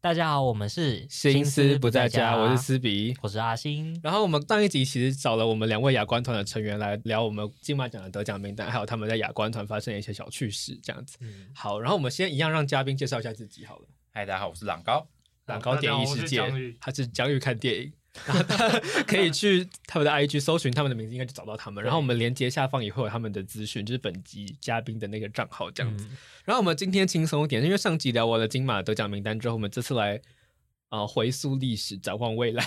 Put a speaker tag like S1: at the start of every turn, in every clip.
S1: 大家好，我们是
S2: 心思不在家，我是
S1: 思，
S2: 思比。
S1: 我是阿星。
S2: 然后我们上一集其实找了我们两位亚冠团的成员来聊我们金马奖的得奖名单，还有他们在亚冠团发生的一些小趣事，这样子。
S1: 嗯，
S2: 好，然后我们先一样让嘉宾介绍一下自己好了。
S3: 嗨，大家好，我是朗高。
S2: 朗高点一世界
S4: 大家好我是江玉，
S2: 他是江玉看电影，然后大家可以去他们的 IG 搜寻他们的名字，应该就找到他们。然后我们连接下方也会有他们的资讯，就是本集嘉宾的那个账号这样子。
S1: 嗯
S2: 然后我们今天轻松一点，因为上集聊完了金马得奖名单之后，我们这次来啊、呃回溯历史，展望未来，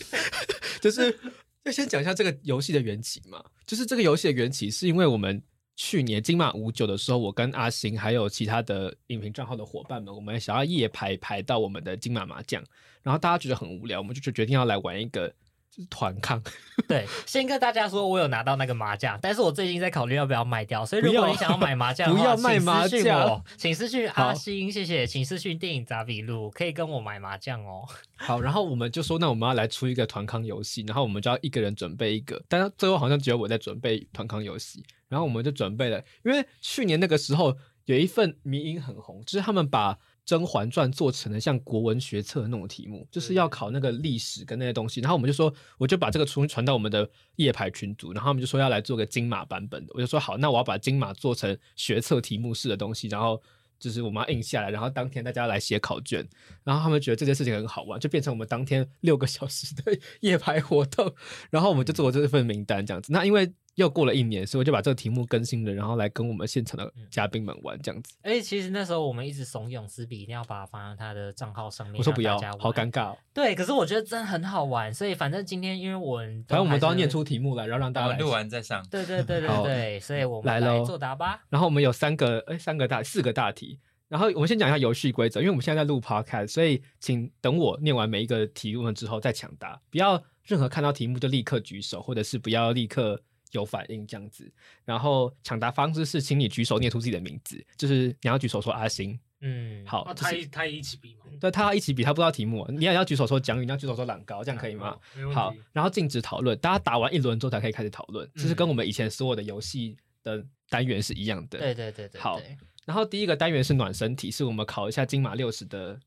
S2: 就是 要先讲一下这个游戏的缘起嘛。就是这个游戏的缘起是因为我们去年金马五九的时候，我跟阿星还有其他的影评账号的伙伴们，我们想要夜排排到我们的金马麻将，然后大家觉得很无聊，我们就就决定要来玩一个就是团抗。
S1: 对，先跟大家说，我有拿到那个麻将，但是我最近在考虑要不要卖掉，所以如
S2: 不
S1: 果
S2: 要
S1: 你想要买麻将的话，
S2: 不要卖
S1: 请私
S2: 麻
S1: 讯
S2: 将
S1: 我，请私讯
S2: 好
S1: 阿星，谢谢，请私讯电影杂笔录，可以跟我买麻将哦。
S2: 好，然后我们就说，那我们要来出一个团康游戏，然后我们就要一个人准备一个，但是最后好像只有我在准备团康游戏，然后我们就准备了，因为去年那个时候有一份迷音很红，就是他们把《甄嬛传》做成了像国文学测那种题目，就是要考那个历史跟那些东西，然后我们就说，我就把这个出传到我们的夜排群组，然后他们就说要来做个金马版本的，我就说好，那我要把金马做成学测题目式的东西，然后。就是我们要印下来，然后当天大家来写考卷，然后他们觉得这件事情很好玩，就变成我们当天六个小时的 夜排活动。然后我们就做这份名单这样子。那因为又过了一年，所以我就把这个题目更新了，然后来跟我们现场的
S1: 嗯
S2: 嘉宾们玩这样子。
S1: 而且其实那时候我们一直怂恿思比一定要把它放在他的账号上面，
S2: 我说不要
S1: 让大家，玩
S2: 好尴尬、哦。
S1: 对，可是我觉得真的很好玩，所以反正今天因为我们
S2: 反正我们都要
S1: 还是
S2: 念出题目来，然后让大家
S3: 我们
S2: 来
S3: 录。完再上。
S1: 对对对对
S2: 好
S1: 对，所以我们
S2: 来
S1: 来
S2: 咯
S1: 作答吧。
S2: 然后我们有三个，哎，三个大，四个大题。然后我们先讲一下游戏规则，因为我们现在在录 podcast，所以请等我念完每一个题目之后再抢答，不要任何看到题目就立刻举手，或者是不要立刻有反应这样子。然后抢答方式是，请你举手念出自己的名字，就是你要举手说阿星，
S1: 嗯，，
S2: 好，
S4: 那
S2: 就
S4: 哦他
S2: 是嗯
S4: 一他一起比嘛，
S2: 对他要一起比，他不知道题目啊，你也要举手说蒋宇，你要举手说朗高，这样可以吗？？
S4: 没问
S2: 好
S4: 题。，
S2: 然后禁止讨论，大家打完一轮之后才可以开始讨论，
S4: 嗯
S2: 这是跟我们以前所有的游戏的单元是一样的。
S1: 对对对对，
S2: 好
S1: 对
S2: 然后第一个单元是暖身体，是我们考一下金马六十的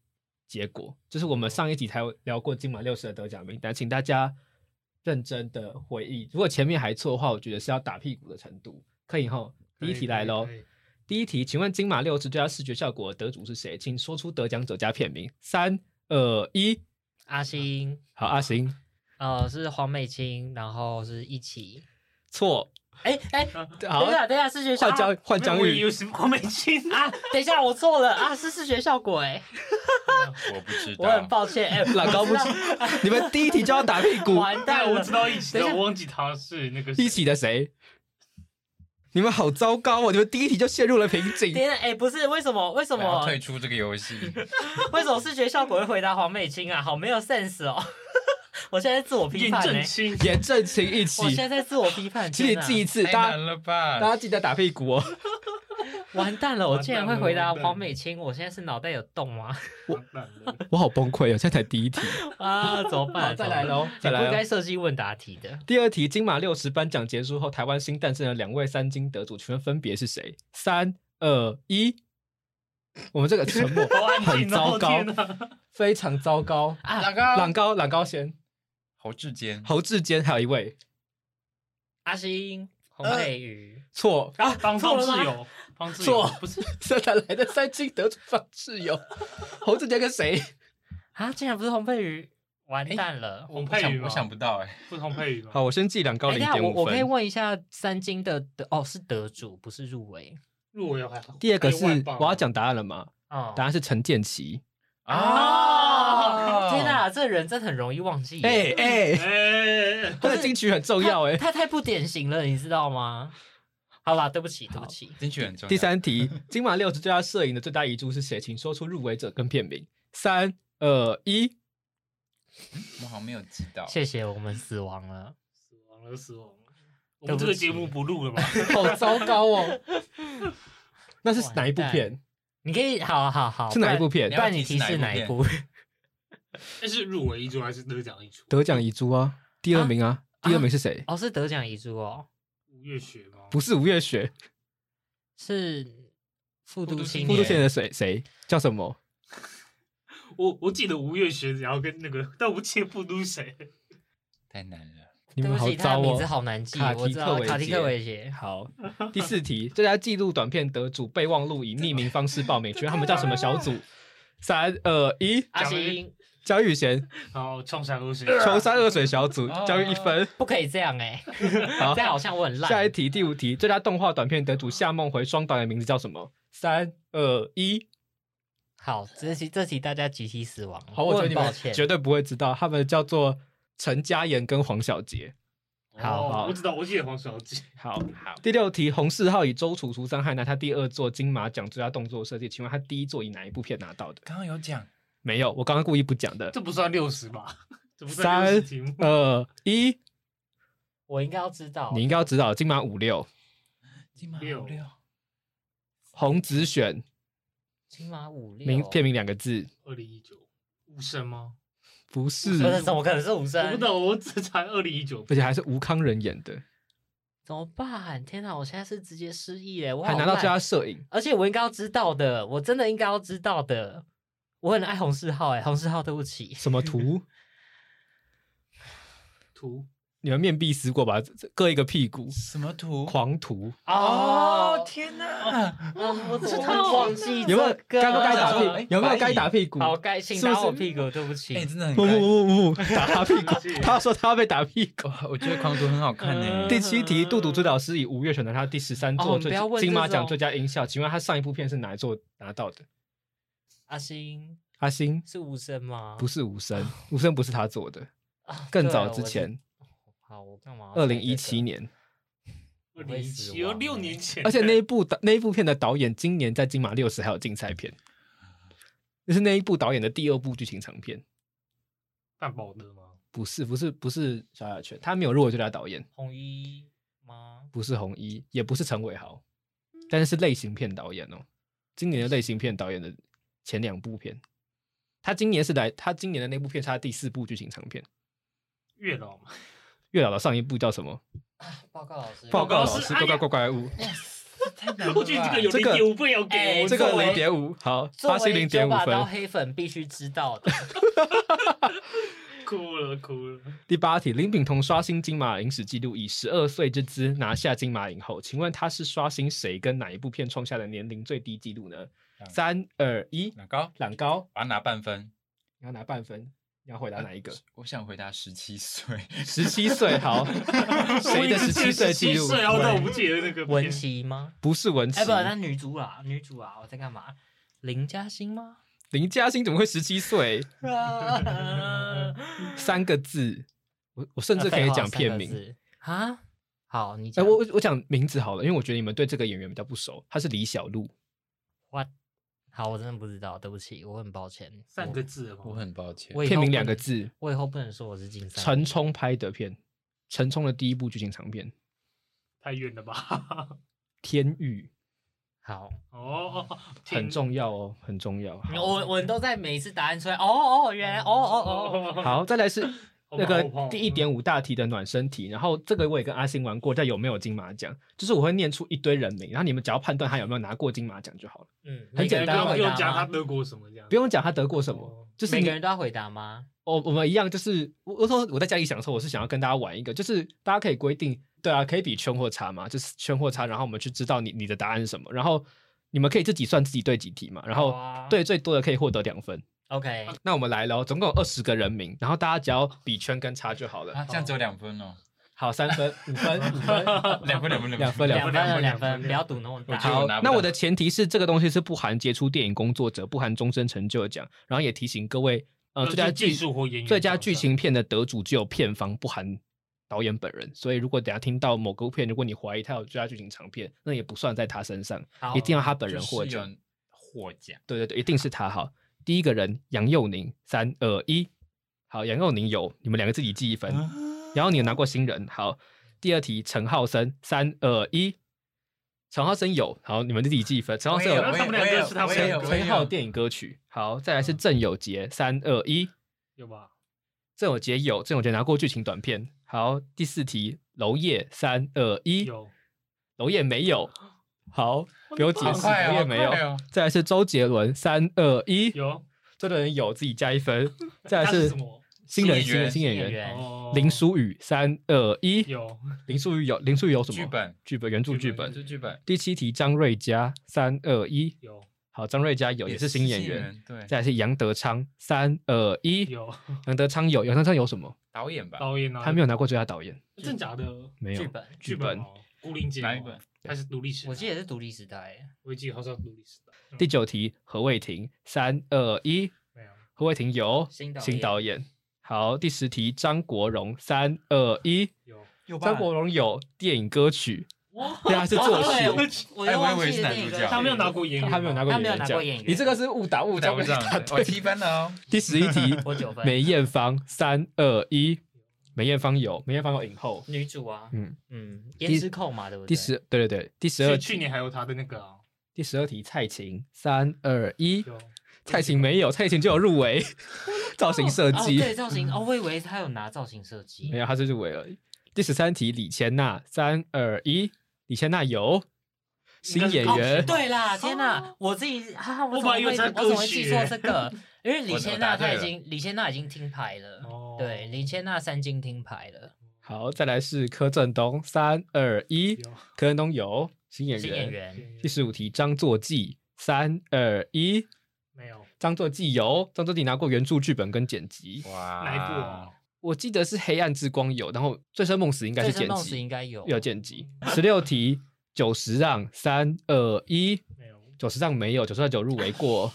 S2: 结果，就是我们上一集才聊过金马六十的得奖名单，请大家认真的回忆。如果前面还错的话，我觉得是要打屁股的程度，可以吼。
S4: 可
S2: 第
S4: 以
S2: 一题来喽
S4: 可以可以，
S2: 第一题，请问金马六十最佳视觉效果的得主是谁？请说出得奖者加片名。三二一，
S1: 阿星，
S2: 好，阿行，
S1: 呃，是黄美清，然后是一起。
S2: 错，
S1: 哎哎，
S2: 好
S1: 等一，下，等一下，视觉效
S2: 换
S1: 果
S2: 江换江
S4: 没有我以
S2: 玉
S4: 为，是黄美清，
S1: 啊！等一下，我错了啊，是视觉效果哎，
S3: 我不知
S1: 我很
S3: 道，
S1: 抱歉哎，
S2: 懒高不
S1: 我知道
S2: 你们第一题就要打屁股，
S1: 完蛋
S4: 但啊我
S1: 了
S4: 知。道一起
S1: 啊等
S4: 的，
S1: 一下
S4: 我忘记他是那 个谁
S2: 一起的谁？你们好糟糕哦！你们第一题就陷入了瓶
S1: 等
S2: 颈。
S1: 一下，哎，不是为什么？为什
S3: 啊我要
S1: 么？
S3: 退出这个游戏。
S1: 为什么视觉效果会回答黄美清啊？好没有 sense 哦！ 我现在在自我批
S4: 验
S1: 判
S4: 证
S1: 哎，
S4: 清，
S2: 严正清一
S1: 我啊
S2: 起，
S1: 现在在自我批判，
S2: 请你
S1: 天哪
S2: 记一次，
S3: 太
S2: 大
S3: 难
S2: 家
S3: 了吧
S2: 大？家记得打屁股哦。
S1: 完蛋了！我竟然会回答
S4: 完蛋了
S1: 黄美清，我现在是脑袋有洞吗？
S4: 完蛋了
S2: 我好崩溃哦！现在才第一题，
S1: 啊，怎么
S2: 好
S1: 办？
S2: 再来
S1: 了，
S2: 喽，
S1: 你
S2: 再
S1: 不
S2: 来
S1: 该
S2: 咯。
S1: 设计问答题的。
S2: 第二题，金马六十颁奖结束后，台湾新诞生的两位三金得主，请问分别是谁？三二一，我们这个沉 默
S4: 好安
S2: 很
S4: 静
S2: 糟
S4: 哦，
S2: 糕
S4: 天，哪！
S2: 非常糟糕。
S1: 啊
S3: 朗高，
S2: 朗高，朗高先，
S3: 侯志坚，
S2: 侯志坚，还有一位
S1: 阿星、
S2: 呃
S1: 洪佩瑜，
S2: 错，
S4: 方
S1: 错
S4: 方
S1: 了吗
S4: 志友，方志友
S2: 错
S4: 不是
S2: 这哪来的三金得主方室友？侯志杰跟谁？
S1: 啊，竟然不是洪佩瑜，完
S2: 哎
S1: 蛋了！
S4: 洪
S3: 我
S4: 佩啊
S3: 想
S4: 瑜吗
S3: 我？想不到 哎，
S4: 不是洪佩瑜吗？
S2: 好，我先记两高
S1: 哎，等
S2: 零
S1: 一下
S2: 点
S1: 我
S2: 五
S1: 我可以
S2: 分。
S1: 问一下三金的得哦是得主，不是入围
S4: 入围还好。
S2: 第二个是
S4: 还有万棒
S2: 我要讲答案了嘛？
S1: 哦
S2: 答案是陈建奇。啊
S1: 哦，天哪，这人真的很容易忘记耶。
S2: 哎哎，
S4: 哎，
S2: 他的金曲很重要哎。
S1: 他太不典型了，你知道吗？好啦，对不起，对不起，
S3: 进去很重要。
S2: 第，三题，金马六十最佳摄影的最佳遗珠是谁？请说出入围者跟片名。三二 一，
S3: 我好像没有记到。
S1: 谢谢，我们死亡了。
S4: 死亡了，死亡了。我
S1: 对
S4: 们
S1: 不
S4: 这个
S1: 起
S4: 节目不录了吧？
S2: 好糟糕哦。 那是哪一部片？
S1: 你可以，好好好，
S2: 是哪一部
S1: 不
S2: 片
S1: 然？不然你提示
S3: 你要
S1: 哪
S3: 提
S1: 一
S3: 示哪一
S1: 部？
S4: 但是入围一出还是得奖一出？
S2: 得奖遗珠啊，第二名啊，第二名是谁？
S1: 哦，是得奖遗珠哦，
S4: 吴月雪吗？
S2: 不是吴月雪，
S1: 是复读青
S3: 今
S2: 复
S3: 年
S2: 读
S1: 年
S2: 线的谁？谁叫什么？
S4: 我我记得吴越学然后跟那个，但我记得不都谁。
S3: 太难了。
S2: 你
S1: 对
S2: 们
S1: 不
S2: 好
S1: 起，他
S2: 糟
S1: 的名字
S2: 哦。
S1: 好难记，
S2: 卡
S1: 我
S2: 提
S1: 知道
S2: 克
S1: 卡提
S2: 维
S1: 克维
S2: 杰
S1: 杰。
S2: 好，第四题，这家纪录短片得主备忘录以匿名方式报名，请问他们叫什么小 组？三二一，
S1: 阿
S4: 讲了
S1: 星
S2: 江玉贤，
S4: 好，冲山恶水，
S1: 啊
S2: 穷山恶水小组，
S1: 哦
S2: 江玉一分。
S1: 不可以这样哎、
S2: 好
S1: 这，样好像我很烂。
S2: 下一题，第五题，最佳动画短片得主夏梦回双导演名字叫什么？三二一，
S1: 好，这题这题大家集体死亡。
S2: 好，
S1: 我
S2: 我觉得
S1: 很
S2: 你
S1: 抱
S2: 们
S1: 歉。
S2: 绝对不会知道，他们叫做陈嘉妍跟黄小杰。
S1: 好
S2: 好
S4: 哦我知道，我记得黄小姐。
S2: 好，第六题，洪世浩以《周楚除三害》拿他第二座金马奖最佳动作设计，请问他第一座以哪一部片拿到的？
S3: 刚刚有讲，
S2: 没有，我刚刚故意不讲的。
S4: 这不算六十吧？ 这不算
S2: 三
S4: 六十题目。
S2: 二一，
S1: 我应该要知道。
S2: 你应该要知道金马五六，
S3: 金马
S4: 六
S3: 五六，
S2: 洪子选
S1: 金马五六
S2: 名片名两个字，
S4: 二零一九，无声吗？
S2: 不是，
S1: 真的怎么可能是五
S4: 我不
S1: 声？
S4: 懂，我只猜二零一九。
S2: 而且还是吴康仁演的，
S1: 怎么办？天哪，我现在是直接失忆嘞！我
S2: 还
S1: 好
S2: 拿到
S1: 烂
S2: 最佳摄影。
S1: 而且我应该要知道的，我真的应该要知道的。我很爱洪世浩哎、洪世浩，对不起，
S2: 什么图？
S4: 图
S2: 你们面壁思过吧？这这各一个屁股，
S3: 什么图？
S2: 狂徒
S3: 哦，天哪！哎
S1: 嗯我怎
S4: 我
S1: 么
S4: 知道
S1: 会忘记
S2: 有没有
S1: 这个
S2: 该不该
S3: 打
S2: 打
S3: 屁
S2: 屁？有没有该打屁股？
S1: 哎好，该请
S2: 是不
S1: 打我
S2: 是
S1: 屁股，对不起
S3: 哎，你。真的很
S2: 不不
S3: 乖。
S2: 不不不， 打他屁股
S4: 是。
S2: 他说他要被打屁股。
S3: 哇我觉得狂徒很好看哎呢
S4: 嗯。
S2: 呃第七题，杜笃之导师以吴越选拿他第十三
S1: 哦
S2: 座
S1: 你
S2: 最
S1: 不要问
S2: 金马
S1: 这种
S2: 奖最佳音效，请问他上一部片是哪一座拿到的？
S1: 阿星
S2: 阿星
S1: 是无声吗？
S2: 不是 无声，无声不是他做的，
S1: 啊，
S2: 更
S1: 对
S2: 早
S1: 我
S2: 之
S1: 是
S2: 前，
S1: 好，我干嘛？
S2: 二零一七，年。
S4: 二
S1: 我
S4: 零
S1: 会
S4: 一
S1: 死
S4: 七，有
S1: 亡
S4: 六
S1: 欸
S4: 年前。
S2: 而且那一部导那一部片的导演今年在金马六十还有竞赛片，那是那一部导演的第二部剧情长片。
S4: 范宝的吗？
S2: 不是不是不是萧亚轩，他没有入围最佳导演，
S1: 红衣吗？
S2: 不是红衣，也不是陈伟豪，但是是类型片导演哦。今年的类型片导演的前两部片，他今年是来他今年的那部片是他第四部剧情长片。
S4: 月老吗？
S2: 月老的上一部叫什么？
S1: 报告老师，
S2: 报告
S4: 老
S2: 老
S4: 师
S2: 师，
S4: 哎
S2: 报
S4: 呀
S2: 告怪怪物，
S3: 太难 了吧
S4: 我觉得这个有
S2: 这
S4: 零
S2: 个
S4: 点五分要给
S1: 哎
S4: 我，
S2: 这
S1: 作
S2: 个
S1: 为
S2: 零点五，好，
S1: 作
S2: 巴西
S1: 为
S2: 零点
S1: 九
S2: 五
S1: 把刀
S2: 分。
S1: 黑粉必须知道 的。
S4: 哭了哭了。
S2: 第八题，林炳彤刷新金马影史纪录，以十二岁之姿拿下金马影后，请问他是刷新谁跟哪一部片创下的年龄最低纪录呢？
S3: 嗯
S2: 三二一，
S3: 哪高？
S2: 懒高，
S3: 把它拿半分。
S2: 你要拿半分，你要回答哪一个？
S3: 我想回答十七岁，
S2: 十七岁，好， 谁的十七岁记录？
S4: 岁啊，但我不
S2: 对
S4: 记得那个
S1: 文
S4: 片。
S1: 琪吗？
S2: 不是文琪
S1: 哎，，不，那女主啊，女主啊，我在干嘛？林嘉欣吗？
S2: 林嘉欣怎么会十七岁？
S1: 啊
S2: 三个字，我我甚至可以讲片名。
S1: 啊。好，你
S2: 哎、
S1: 讲。
S2: 我我我讲名字好了，因为我觉得你们对这个演员比较不熟，他是李小璐。
S1: What？好，我真的不知道，对不起，我很抱歉。
S4: 三
S1: 我
S4: 个，字了吗？
S3: 我很抱歉
S1: 我。以后
S2: 片名
S1: 不
S2: 两
S1: 能
S2: 个，字，
S1: 我以后不能说我是金三。
S2: 陈冲拍的片，陈冲的第一部剧情长片《
S4: 太远了吧？
S2: 天域
S1: 好，
S4: 哦，》
S2: 很重要哦，很重要。好，
S1: 我我都在每一次答案出来，哦哦，原来哦哦哦，
S4: 哦
S2: 好再来是
S1: 哦
S4: 好
S2: 那
S4: 吧
S2: 个
S4: 好吧
S2: 第一点五大题的暖身题，然后这个我也跟阿星玩过，叫有没有金马奖，就是我会念出一堆人名，然后你们只要天判断他有没有拿过金马奖就好了，
S1: 嗯，
S2: 很
S1: 每个人
S2: 简单
S1: 都要
S4: 不
S1: 回
S4: 用
S1: 答
S4: 讲他
S1: 吗？
S4: 德国什么这样，
S2: 不用讲他得过什
S4: 哦
S2: 么，就是
S1: 每
S2: 你哦
S1: 个人都要回答吗？
S2: 我我们一样，就是我我说我在家里想的时候，我是想要跟大家玩一个，就是大家可以规定，对啊，可以比圈或叉嘛，就是圈或叉，然后我们去知道你你的答案是什么，然后你们可以自己算自己对几题嘛，然
S1: 好
S2: 后
S1: 啊
S2: 对最多的可以获得两分。
S1: ，OK，
S2: 那我们来喽，总共有二十个人名，然后大家只要比圈跟叉就好了。
S3: 啊，这样只有两分哦，，
S2: 好，三分、五分、五分
S3: 两分两
S2: 两
S3: 分
S2: 分
S1: 两分了，两
S4: 哦两分两
S1: 分，
S4: 分
S1: 不要赌那么大。
S3: 我觉得
S2: 好
S3: 我拿，不
S2: 那
S3: 到
S2: 我的前提是这个东西是不含杰出电影工作者，不含终身成就奖，然后也提醒各位，呃，
S4: 呃
S2: 最佳
S4: 就技
S2: 剧
S4: 术或演员
S2: 最佳
S4: 奖
S2: 剧
S4: 项
S2: 情片的得主只有片方，不含导演本人。所以如果等下听到某个片，如果你怀疑他有最佳剧情长片，那也不算在他身上，
S1: 好
S2: 一定要他本
S3: 就
S2: 人获
S3: 是
S2: 奖。
S3: 有获奖。
S2: 对对对，一定是他。好，第一个人杨佑宁，三二一，好，杨佑宁有，你们两个自己记一分。然后你有拿过新人，好。第二题，陈浩森，三二一，陈浩森有，好，你们自己记一分。陈浩森
S3: 我
S2: 有
S3: 也有
S4: 他
S3: 我也
S4: 们两个
S3: 有
S4: 是他们
S3: 我也
S4: 两
S3: 有
S4: 个
S3: 我也
S2: 陈
S3: 有
S2: 浩电影歌曲，好，再来是郑有杰，三二一，
S4: 有吧？
S2: 郑有杰有，郑有杰拿过剧情短片。好，第四题，娄烨，三二一，
S4: 有
S2: 娄烨没有，好，不用解
S3: 好
S2: 释，
S3: 快
S2: 娄
S3: 哦，
S2: 烨没有
S3: 好快。哦
S2: 再来是周杰伦，三二一，
S4: 有，
S2: 周这个人有自己加一分。 再来
S4: 他
S2: 是
S4: 什么？
S2: 新人，
S3: 新
S2: 新
S3: 演
S1: 演
S2: 人，新演员，
S3: 员
S1: 员
S4: 哦
S2: 林书宇，三二一，
S4: 有
S2: 林书宇有林书宇有什么？
S3: 剧本
S2: 剧本原著剧
S4: 剧
S2: 本
S4: 本。
S3: 是剧本
S2: 第七题，张瑞佳，三二一，
S4: 有
S2: 好，张瑞佳有，也是新演员。，
S3: 对，
S2: 再来是杨德昌，三二一，
S4: 有
S2: 杨德昌有，杨德昌有什么？
S3: 导演吧，
S4: 导演啊，
S2: 他没有拿过最佳导演，
S4: 有真假的
S2: 没
S1: 剧
S2: 有。
S1: 本，
S2: 剧本
S4: 哦《孤零姐》
S3: 哪一本？
S4: 他是独立时代，
S1: 我记得是独立时代，
S4: 我记得好像是独立时代。嗯
S2: 第九题，何卫婷，三二一，
S4: 没有
S2: 何卫婷有
S1: 新导
S2: 新
S1: 演
S2: 导演。好，第十题，张国荣，三二一，
S4: 有
S3: 有
S2: 张国荣有电影歌曲，
S4: 哇，
S2: 对啊，是作曲。
S1: 曲，我
S3: 哎
S1: 又
S3: 我以
S1: 忘
S3: 为
S1: 记
S3: 是
S1: 了
S3: 男
S1: 那
S3: 主
S1: 个
S3: 角
S4: 他没有拿过演员，
S2: 他没有拿过
S1: 他
S2: 演
S1: 没有
S2: 员
S1: 拿
S2: 奖
S1: 过演，员，
S2: 你这个是误打误
S3: 我讲
S2: 撞
S3: 不
S2: 被
S3: 上
S2: 答，
S3: 我
S2: 对。
S3: 七分了 哦，
S2: 第十一题
S1: 我九分，
S2: 梅艳芳，三二一，梅艳芳有，梅艳芳有影后。
S1: 女主啊，
S2: 嗯，
S1: 嗯，颜值控嘛，对不对？
S2: 第十，对对对，第十
S4: 去
S2: 二，
S4: 去年还有他的那个啊，
S2: 第十二题，蔡琴，三二一，
S4: 有
S2: 蔡琴没有，蔡琴就有入 围，造型设
S1: 哦，
S2: 计，
S1: 对造型哦，我以为他有拿造型设计
S2: 没，有，她是入围而已。第十三题，李千娜，三二一，李千娜有，新
S4: 应该是
S2: 演
S4: 高
S2: 员，
S4: 雄吧
S1: 哦对啦，天哪，我自己哈哈，我
S4: 我
S1: 怎么
S4: 本来以为
S1: 会
S4: 他
S1: 我怎么会
S4: 歌曲
S1: 记错这个？因为李
S3: 我怎
S1: 千
S3: 么
S1: 娜
S3: 答
S1: 她
S3: 对
S1: 已
S3: 了
S1: 经李千娜已经听牌了，
S4: 哦，
S1: 呃对，李千娜三金听牌了，
S2: 好，再来是柯震东，三二一，
S4: 有
S2: 柯震东有新演
S1: 新演
S2: 员。
S1: 员
S2: 第十五题，张作骥，三二一，
S4: 没有
S2: 张作骥有，张作骥拿过原著剧本跟剪辑，
S3: 哇，
S4: 哪一部
S2: 哦
S4: 啊？
S2: 我记得是《黑暗之光》有，然后《醉生梦死》应该
S1: 醉
S2: 是
S1: 生
S2: 剪
S1: 梦死
S2: 辑，
S1: 应该有，
S2: 有剪辑。十六题，九十让，三二一，
S4: 没有
S2: 九十让没有，九十让有入围过。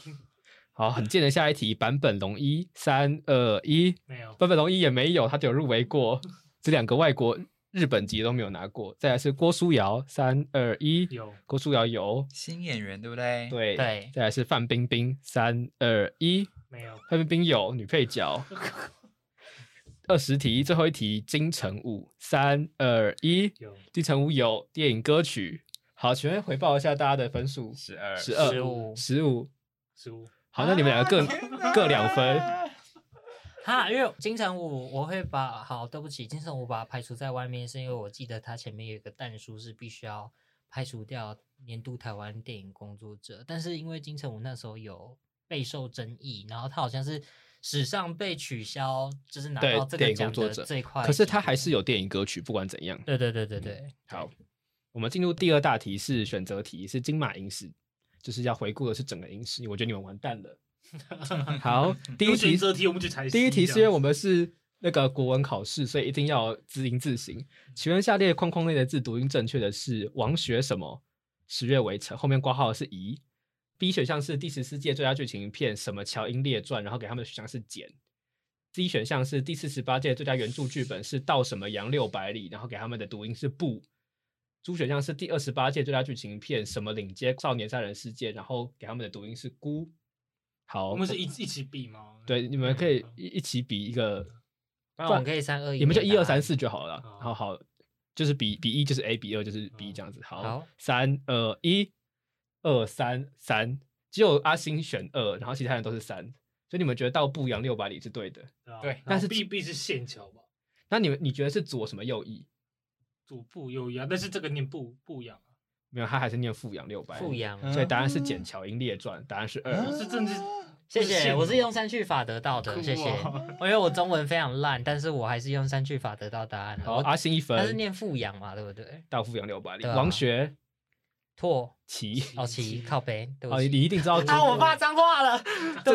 S2: 好，很贱的下一题，坂本龙一，三二一，
S4: 没有
S2: 坂本龙一也没有，他只有入围过，这两个外国日本籍都没有拿过。再来是郭书瑶，三二一，
S4: 有
S2: 郭书瑶有，
S3: 新演员对不对？，
S2: 对
S1: 对
S2: 再来是范冰冰，三二一，
S4: 没有
S2: 范冰冰有女配角。二十题，最后一题，金城武，三二一，
S4: 有
S2: 金城武有电影歌曲。好，请问回报一下大家的分数，
S3: 十二，
S2: 十二、
S1: 十五
S2: 十五。
S4: 十五
S2: 好，那你们两
S3: 啊
S2: 个各各两分。
S1: 哈，因为金城武，我会把好，对不起，金城武把它排除在外面，是因为我记得他前面有一个弹书是必须要排除掉年度台湾电影工作者，但是因为金城武那时候有备受争议，然后他好像是史上被取消，就是拿
S2: 对
S1: 到这
S2: 电
S1: 个
S2: 影工
S1: 奖
S2: 作
S1: 的
S2: 者
S1: 最快，
S2: 可是他还是，嗯有电影歌曲，不管怎样。
S1: 对对对对对，
S2: 好，我们进入第二大题是选择题，是金马影史，就是要回顾的是整个影史。我觉得你们完蛋了。 好，第一
S4: 有
S2: 题
S4: 选择题我们就才
S2: 第一题是因为我
S4: 们
S2: 们是那个国文考试，所以一定要字音字形。请问下列框框内的字读音正确的是王学什么？十月围城后面挂号的是宜。B 选项是第十四届最佳剧情片什么《乔英列传》，然后给他们的选项是简。C 选项是第四十八届最佳原著剧本是到什么洋六百里，然后给他们的读音是不。猪选项是第二十八届最佳剧情片什么领街少年杀人事件，然后给他们的读音是孤。好，
S4: 我们是一一起比吗？
S2: 对，你们可以一一起比一个，
S1: 不然我们可以三二一，
S2: 你们就一二三，四就好了啦。
S1: 哦
S4: 好
S2: 好好，就是比比一就是 A，比二就是 B 这样子。好
S1: 好，
S2: 三二一，二三三，只有阿星选二，然后其他人都是三，所以你们觉得到步阳六百里是对的。
S4: 啊
S3: 对
S4: 然后
S2: 但是
S4: 必必是线桥吧，
S2: 那你们你觉得是左什么右翼？
S4: 左部右阳，但是这个念不不阳啊，
S2: 没有，他还是念富阳六百。
S1: 富，阳，
S3: 嗯
S2: 所以答案是《简乔英列传》，答案是二。
S4: 啊我是政治，
S2: 啊
S1: 谢
S4: 不线
S1: 谢，
S4: 吗
S1: 我是用删去法得到
S4: 酷
S1: 的，
S4: 哦
S1: 谢谢， 因为我中文非常烂，但是我还是用删去法得到答案了，
S2: 好，
S1: 我
S2: 阿星一
S1: 他是
S2: 分，
S1: 念富阳嘛，对不对？
S2: 到富阳六百里。
S1: 对啊
S2: 王学
S1: 拓
S2: 齐，
S1: 哦，奇靠背，对不
S2: 哦，
S1: 起。
S2: 你一定知道。
S1: 啊，我爸脏话 了，
S2: 这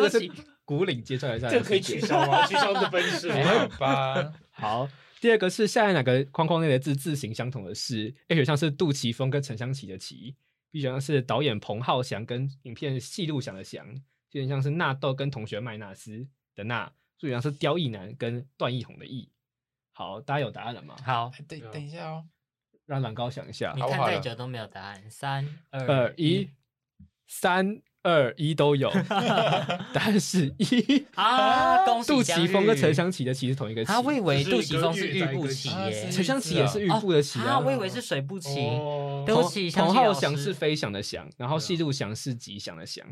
S1: 对不
S2: 个是
S1: 起。
S2: 古岭街上的战
S4: 这个可以
S2: 事
S4: 取
S2: 件
S4: 消吗？取消我 的分数。
S3: 还好吧？哎
S2: 好，第二个是下列哪个框框内的字字形相同的是 A 选项是杜琪峰跟陈湘琪的琪，B 选项是导演彭浩翔跟影片戏路翔的翔，C 选项是纳豆跟同学麦纳斯的纳，D 选项是刁亦男跟段奕宏的奕。好，大家有答案了吗？
S1: 好，
S3: 等
S2: 啊
S3: 等一下哦，
S2: 让朗高想一下
S1: 你，
S3: 好
S1: 看
S3: 好
S1: 太
S3: 了
S1: 久都没有答案，三
S2: 二
S1: 二
S2: 一，三二一 都有，答案是一。
S1: 啊！恭喜
S2: 杜
S1: 江
S2: 琪峰跟
S1: 玉
S2: 陈湘琪的琪是同一个琪，
S1: 啊，我以为
S4: 就
S1: 杜
S4: 是一
S1: 琪
S4: 个
S1: 峰
S4: 玉
S1: 是
S4: 在一
S1: 玉步
S4: 个
S1: 棋
S3: 玉
S1: 耶
S3: 啊，
S2: 陈湘琪也是玉
S1: 哦
S2: 部的琪
S1: 啊，我以为是水步棋。
S4: 哦
S1: 对不起
S2: 彭
S1: 湘
S2: 彭
S1: 琪
S2: 浩
S1: 老
S2: 翔
S1: 师
S2: 是飞翔的翔，然后
S4: 对啊
S2: 细路翔是吉祥的翔，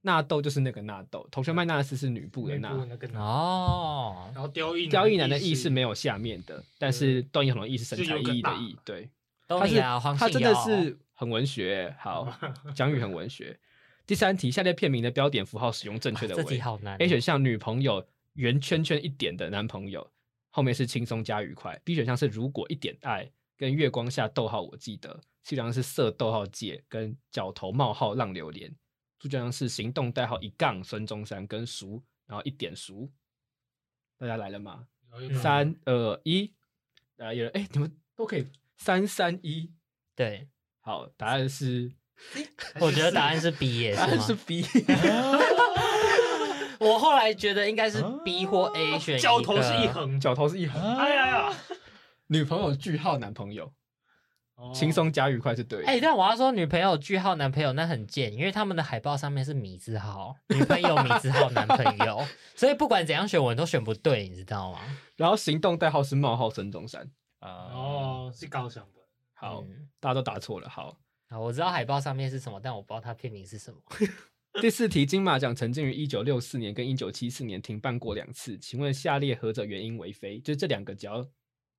S2: 纳豆就是那个纳豆，同学麦纳斯是女部的
S4: 内部
S2: 纳，
S4: 那个拿
S1: 哦，
S4: 然后刁亦
S2: 啊刁亦男的
S4: 意
S2: 意是没有下面的，但是段奕宏的意是身材意义的
S4: 是有
S2: 意，对，
S1: 都
S2: 他
S1: 你
S2: 是
S1: 啊，黄
S2: 他
S1: 信
S2: 真的
S1: 尧
S2: 欸 是很文学，好，蒋宇很文学。第三题，下列片名的标点符号使用正确的
S1: 这
S2: 为
S1: 题好难哦。
S2: A 选项女朋友圆圈圈一点的男朋友，后面是轻松加愉快。B 选项是如果一点爱跟月光下逗号我记得。C 选项是色逗号界跟角头冒号浪流连。D 选项是行动代号一杠孙中山跟熟，然后一点熟。大家来了吗？
S1: 嗯
S2: 三二一，啊，有人哎、你们都可以三三一。
S1: 对，
S2: 好，答案是
S1: 我觉得答案是 B 耶，
S2: 答
S1: 是
S2: 案
S1: 吗
S2: 是？B。
S1: 我后来觉得应该是 B 或 A 选
S4: 哦啊交头
S1: 个
S4: 是一，横，
S2: 角头是一横，
S1: 啊
S4: 哎呀呀，
S2: 女朋友句号男朋友，
S4: 哦
S2: 轻松加愉快是对的。
S1: 哎、但我要说女朋友句号男朋友那很贱，因为他们的海报上面是米字 号，女朋友米字号男朋友，所以不管怎样选我都选不对，你知道吗？
S2: 然后行动代号是冒号孙中山。
S3: 哦，
S4: 哦，是高翔的，
S2: 好，
S1: 嗯
S2: 大家都答错了。好，
S1: 好，我知道海报上面是什么，但我不知道它片名是 什么。
S2: 第四题，金马奖曾经于一九六四年跟一九七四年停办过两次，请问下列何者原因为非？就这两个只要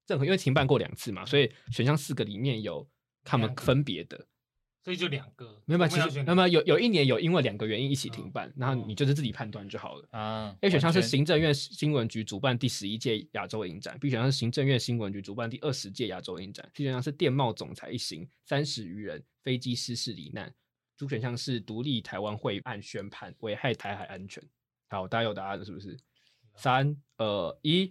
S2: 任何，因为停办过两次嘛，所以选项四个里面有他们
S4: 两个
S2: 分别的。
S4: 所以就两个，
S2: 没有没有，
S4: 我们要
S2: 其实
S4: 选
S2: 没有没有有有一年有因为两个原因一起停
S4: 嗯
S2: 办，然后你就是自己判断就好了。
S3: 啊
S2: A 选项是
S3: 完全
S2: 行政院新闻局主办第十一届亚洲影展，B 选项是行政院新闻局主办第二十届亚洲影展，C 选项是电贸总裁一行三十余人飞机失事罹难，D 选项是独立台湾会案宣判危害台海安全。好，大家有答案了是不是？三二一，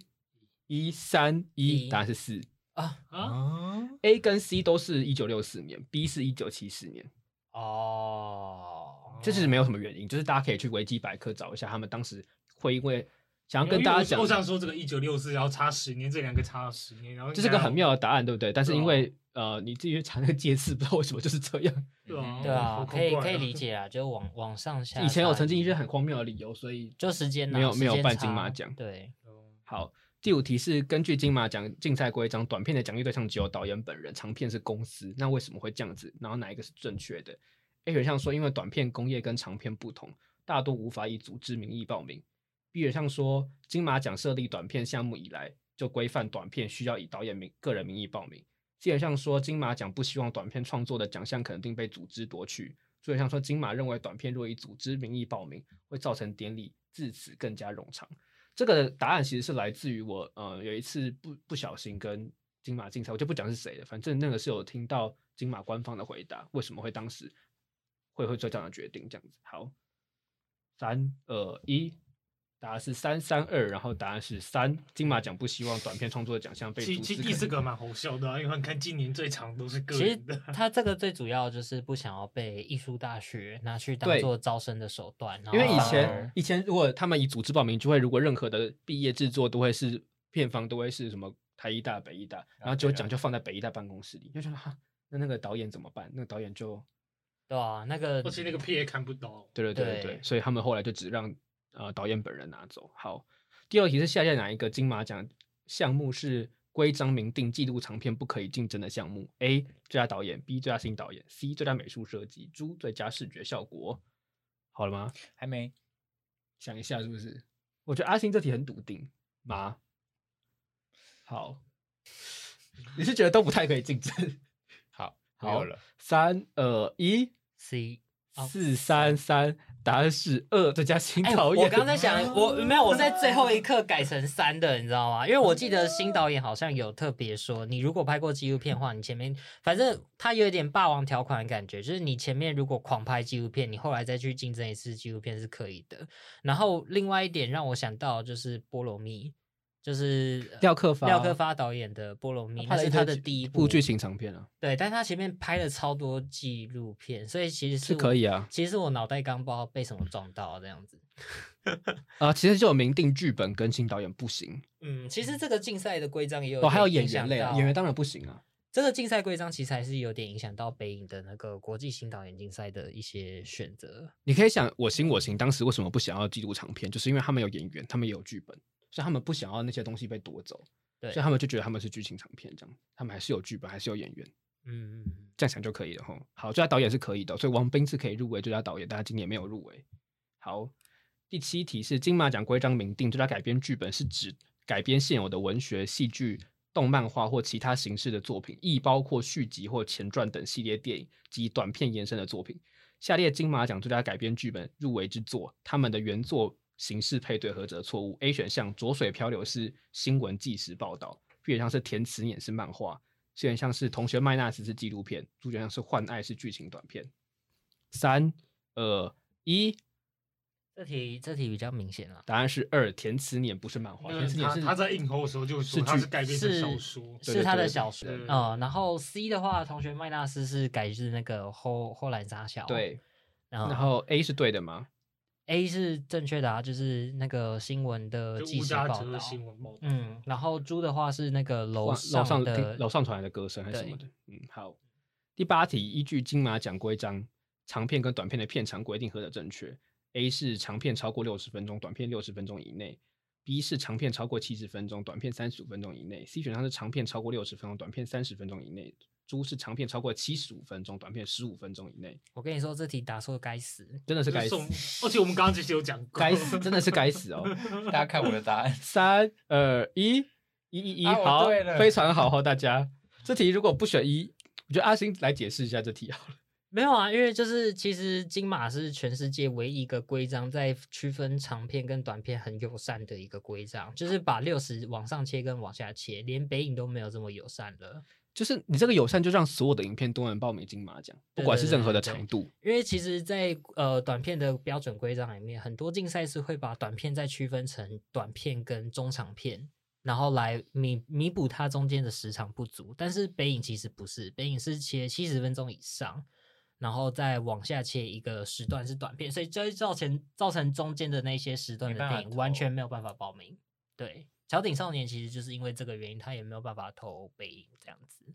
S2: 一三一，
S1: 一
S2: 答案是四。
S4: 啊，
S1: 哦
S3: 啊
S2: A 跟 C 都是一九六四年，B 是一九七四年，
S1: 哦，
S2: 这其实没有什么原因，就是大家可以去维基百科找一下，他们当时会因为想要跟大家
S4: 因为我
S2: 讲
S4: 我。想说这个一九六四，然后差十年，这两个差了十年，然后
S2: 这是个很妙的答案，对不对？但是
S4: 对啊
S2: 因为呃，你自己去查那个解释，不知道为什么就是这 样。
S4: 对啊，
S1: 对啊
S4: 好，
S1: 可以
S4: 怪哦
S1: 可以理。解啊，就往往上下。
S2: 以前有曾经一些很荒谬的理由，所以
S1: 就时间啊
S2: 没有没有
S1: 时间
S2: 办金马
S1: 差
S2: 奖
S1: 对，
S4: 啊
S2: 好。第五题是根据金马奖竞赛规章，短片的奖励对象只有导演本人，长片是公司。那为什么会这样子？然后哪一个是正确的？A 选项说，因为短片工业跟长片不同，大多无法以组织名义报名。B 选项说，金马奖设立短片项目以来，就规范短片需要以导演名个人名义报名。C 选项说，金马奖不希望短片创作的奖项肯定被组织夺去。D 选项说，金马认为短片若以组织名义报名，会造成典礼自此更加冗长。这个答案其实是来自于我呃有一次不不小心跟金马竞赛，我就不讲是谁了，反正那个是有听到金马官方的回答，为什么会当时会会做这样的决定这样子。好，三二一，答案是三三二，然后答案是三。金马奖不希望短片创作的奖项被
S4: 其
S2: 阻止
S4: 其实第
S2: 肯
S4: 四个蛮好笑的啊，因为你看今年最长都是个
S1: 其实
S4: 人的，
S1: 他这个最主要就是不想要被艺术大学拿去当
S2: 对
S1: 做招生的手段，然
S2: 因为
S1: 后
S2: 以
S1: 反
S2: 前、
S1: 而
S2: 以前如果他们以组织报名，就会如果任何的毕业制作都会是片方都会是什么台艺大、北艺大，然后就
S3: 对啊
S2: 奖就放在北艺大办公室里，就觉得哈，那那个导演怎么办？那个导演就
S1: 对啊，那个
S4: 而且那个屁也看不到。
S2: 对对对对对
S1: 对，
S2: 所以他们后来就只让呃导演本人拿走。好，第二题是下列哪一个金马奖项目是规章明定纪录长片不可以竞争的项目？A 最佳导演，B 最佳新导演，C 最佳美术设计，D 最佳视觉效果。好了吗？
S3: 还没
S2: 想一下是不是？我觉得阿星这题很笃定，妈，好，你是觉得都不太可以竞争？
S3: 好，
S2: 好
S3: 没有了，
S2: 三二一，
S1: C 哦
S2: 四三三，答案是二，再加新
S1: 哎，
S2: 导演。
S1: 我刚才想，我没有，我在最后一刻改成三的，你知道吗？因为我记得新导演好像有特别说，你如果拍过纪录片的话，你前面反正他有一点霸王条款的感觉，就是你前面如果狂拍纪录片，你后来再去竞争一次纪录片是可以的。然后另外一点让我想到就是《波罗蜜》，就是呃
S2: 廖克发，
S1: 廖克发导演的《波罗蜜》，那是他的第一
S2: 部剧情长片啊，
S1: 对，但他前面拍了超多纪录片，所以其实
S2: 是
S1: 我
S2: 可以啊
S1: 其实我脑袋刚不知道被什么撞到这样子。
S2: 啊、其实就有明定剧本跟新导演不行
S1: 嗯，其实这个竞赛的规章也有
S2: 哦，还有
S1: 点
S2: 演
S1: 影响
S2: 员类啊，
S1: 到
S2: 演员当然不行啊。
S1: 这个竞赛规章其实还是有点影响到北影的那个国际新导演竞赛的一些选择。
S2: 你可以想，我行我行，当时为什么不想要纪录长片，就是因为他们有演员，他们也有剧本，所以他们不想要那些东西被夺走，
S1: 对，
S2: 所以他们就觉得他们是剧情长片这样，他们还是有剧本，还是有演员，
S1: 嗯嗯嗯，
S2: 这样想就可以了哈。好，最佳导演是可以的，所以王斌是可以入围最佳导演，但他今年没有入围。好，第七题是金马奖规章明定，最佳改编剧本是指改编现有的文学、戏剧、动漫画或其他形式的作品，亦包括续集或前传等系列电影及短片延伸的作品。下列金马奖最佳改编剧本入围之作，他们的原作形式配对何者错误？A 选项《浊水漂流》是新闻纪实报道，B 选项是填词演是漫画，C 选项是同学麦纳斯是纪录片，D 选项是换爱是剧情短片。三呃二一，
S1: 这题这题比较明显了，
S2: 答案是二，填词演不是漫画，
S4: 因
S2: 填
S4: 为
S2: 词演
S4: 嗯他
S2: 是
S4: 他在映后的时候就说他是改编成小
S1: 是
S4: 说，
S2: 对
S1: 是他
S2: 对
S1: 的
S2: 对
S1: 小说
S4: 对，
S1: 嗯，然后 C 的话，同学麦纳斯是改自那个后后来沙小，
S2: 对，
S1: 嗯，
S2: 然后 A 是对的吗？
S1: A 是正确答、啊，就是那个新闻的
S4: 就
S1: 即
S4: 乌
S1: 时
S4: 加
S1: 报
S4: 折
S1: 道。
S4: 新闻报道。
S1: 嗯，然后猪的话是那个楼
S2: 楼上
S1: 的
S2: 听楼上传来的歌声还是什
S1: 对
S2: 么的。嗯，好。第八题，依据金马奖规章，长片跟短片的片长规定何者正确？A 是长片超过六十分钟，短片六十分钟以内。B 是长片超过七十分钟，短片三十五分钟以内。C 选项是长片超过六十分钟，短片三十分钟以内。猪是长片超过七十五分钟，短片十五分钟以内。
S1: 我跟你说，这题答错该死。
S2: 真的是该死，
S4: 送而且我们刚刚其实有讲过，
S2: 该死，真的是该死哦！，
S3: 大家看我的答案
S2: 三二一，一一一，
S3: 啊我
S2: 好
S3: 对，了
S2: 非常好，好哦大家。这题如果不选一，我觉得阿星来解释一下这题好了。
S1: 没有啊，因为就是其实金马是全世界唯一一个规章在区分长片跟短片很友善的一个规章，就是把六十往上切跟往下切，连北影都没有这么友善了。
S2: 就是你这个友善，就让所有的影片都能报美金马奖，不
S1: 对
S2: 管
S1: 对
S2: 是
S1: 对
S2: 任何的
S1: 对
S2: 长度。
S1: 因为其实在，呃短片的标准规章里面，很多竞赛是会把短片再区分成短片跟中长片，然后来弥弥补它中间的时长不足。但是北影其实不是，北影是切七十分钟以上，然后再往下切一个时段是短片，所以就会造成造成中间的那些时段的
S3: 没办法
S1: 电影完
S3: 投
S1: 全没有办法报名。对，《桥顶少年》其实就是因为这个原因，他也没有办法投北影这样子。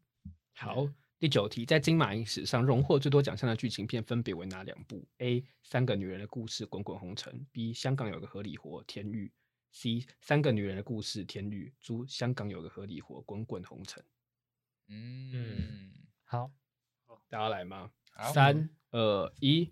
S2: 好，第九题，在金马影史上荣获最多奖项的剧情片分别为哪两部？A. 三个女人的故事《滚滚红尘》；B. 香港有个合理活《天域》；C. 三个女人的故事《天域》；猪香港有个合理活《滚滚红尘》。
S3: 嗯，
S1: 好，
S2: 大家来吗？
S3: 好
S2: 三二呃一，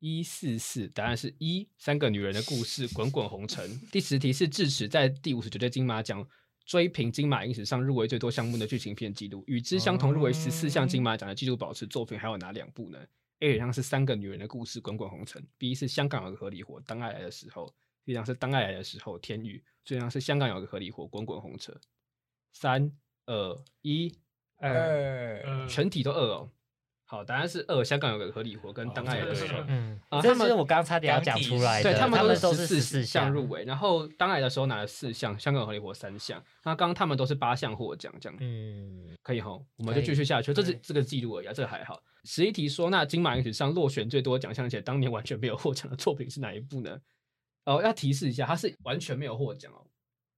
S2: 一四四，答案是一。三个女人的故事，滚滚红尘。第十题是智齿在第五十九届金马奖追平金马影史上入围最多项目的剧情片纪录，与之相同入围十四项金马奖的纪录保持作品还有哪两部呢？A 选项是《三个女人的故事》《滚滚红尘》，B 是《香港有个合理伙》《当爱来的时候》，C 选项是《当爱来的时候》《天宇》，最后一项是《香港有个合理伙》《滚滚红尘》。三二一，
S3: 二，
S4: 呃
S2: 全体都二哦。好，答案是二。香港有个合理活跟
S3: 哦
S2: 当爱
S3: 这
S2: 的
S3: 个
S2: 时
S3: 是
S2: 候，
S1: 嗯，
S2: 啊
S1: 这
S2: 他们
S1: 是我刚差点要讲出来的，
S2: 对
S3: 对
S2: 他
S1: 他
S2: 们
S1: 们
S2: 都
S1: 都
S2: 是
S1: 十
S2: 四项
S1: 项
S2: 入。围，然后当爱的时候拿了四项，香港有合理活三项，那刚刚他们都是八项获奖，这样
S1: 嗯，
S2: 可以吼，我们
S1: 可
S2: 就
S1: 以
S2: 继续下去。这是
S4: 对
S2: 这个记录而已、啊，这个还好。十一题说，那金马影史上落选最多奖项，而且当年完全没有获奖的作品是哪一部呢？哦，要提示一下，它是完全没有获奖哦，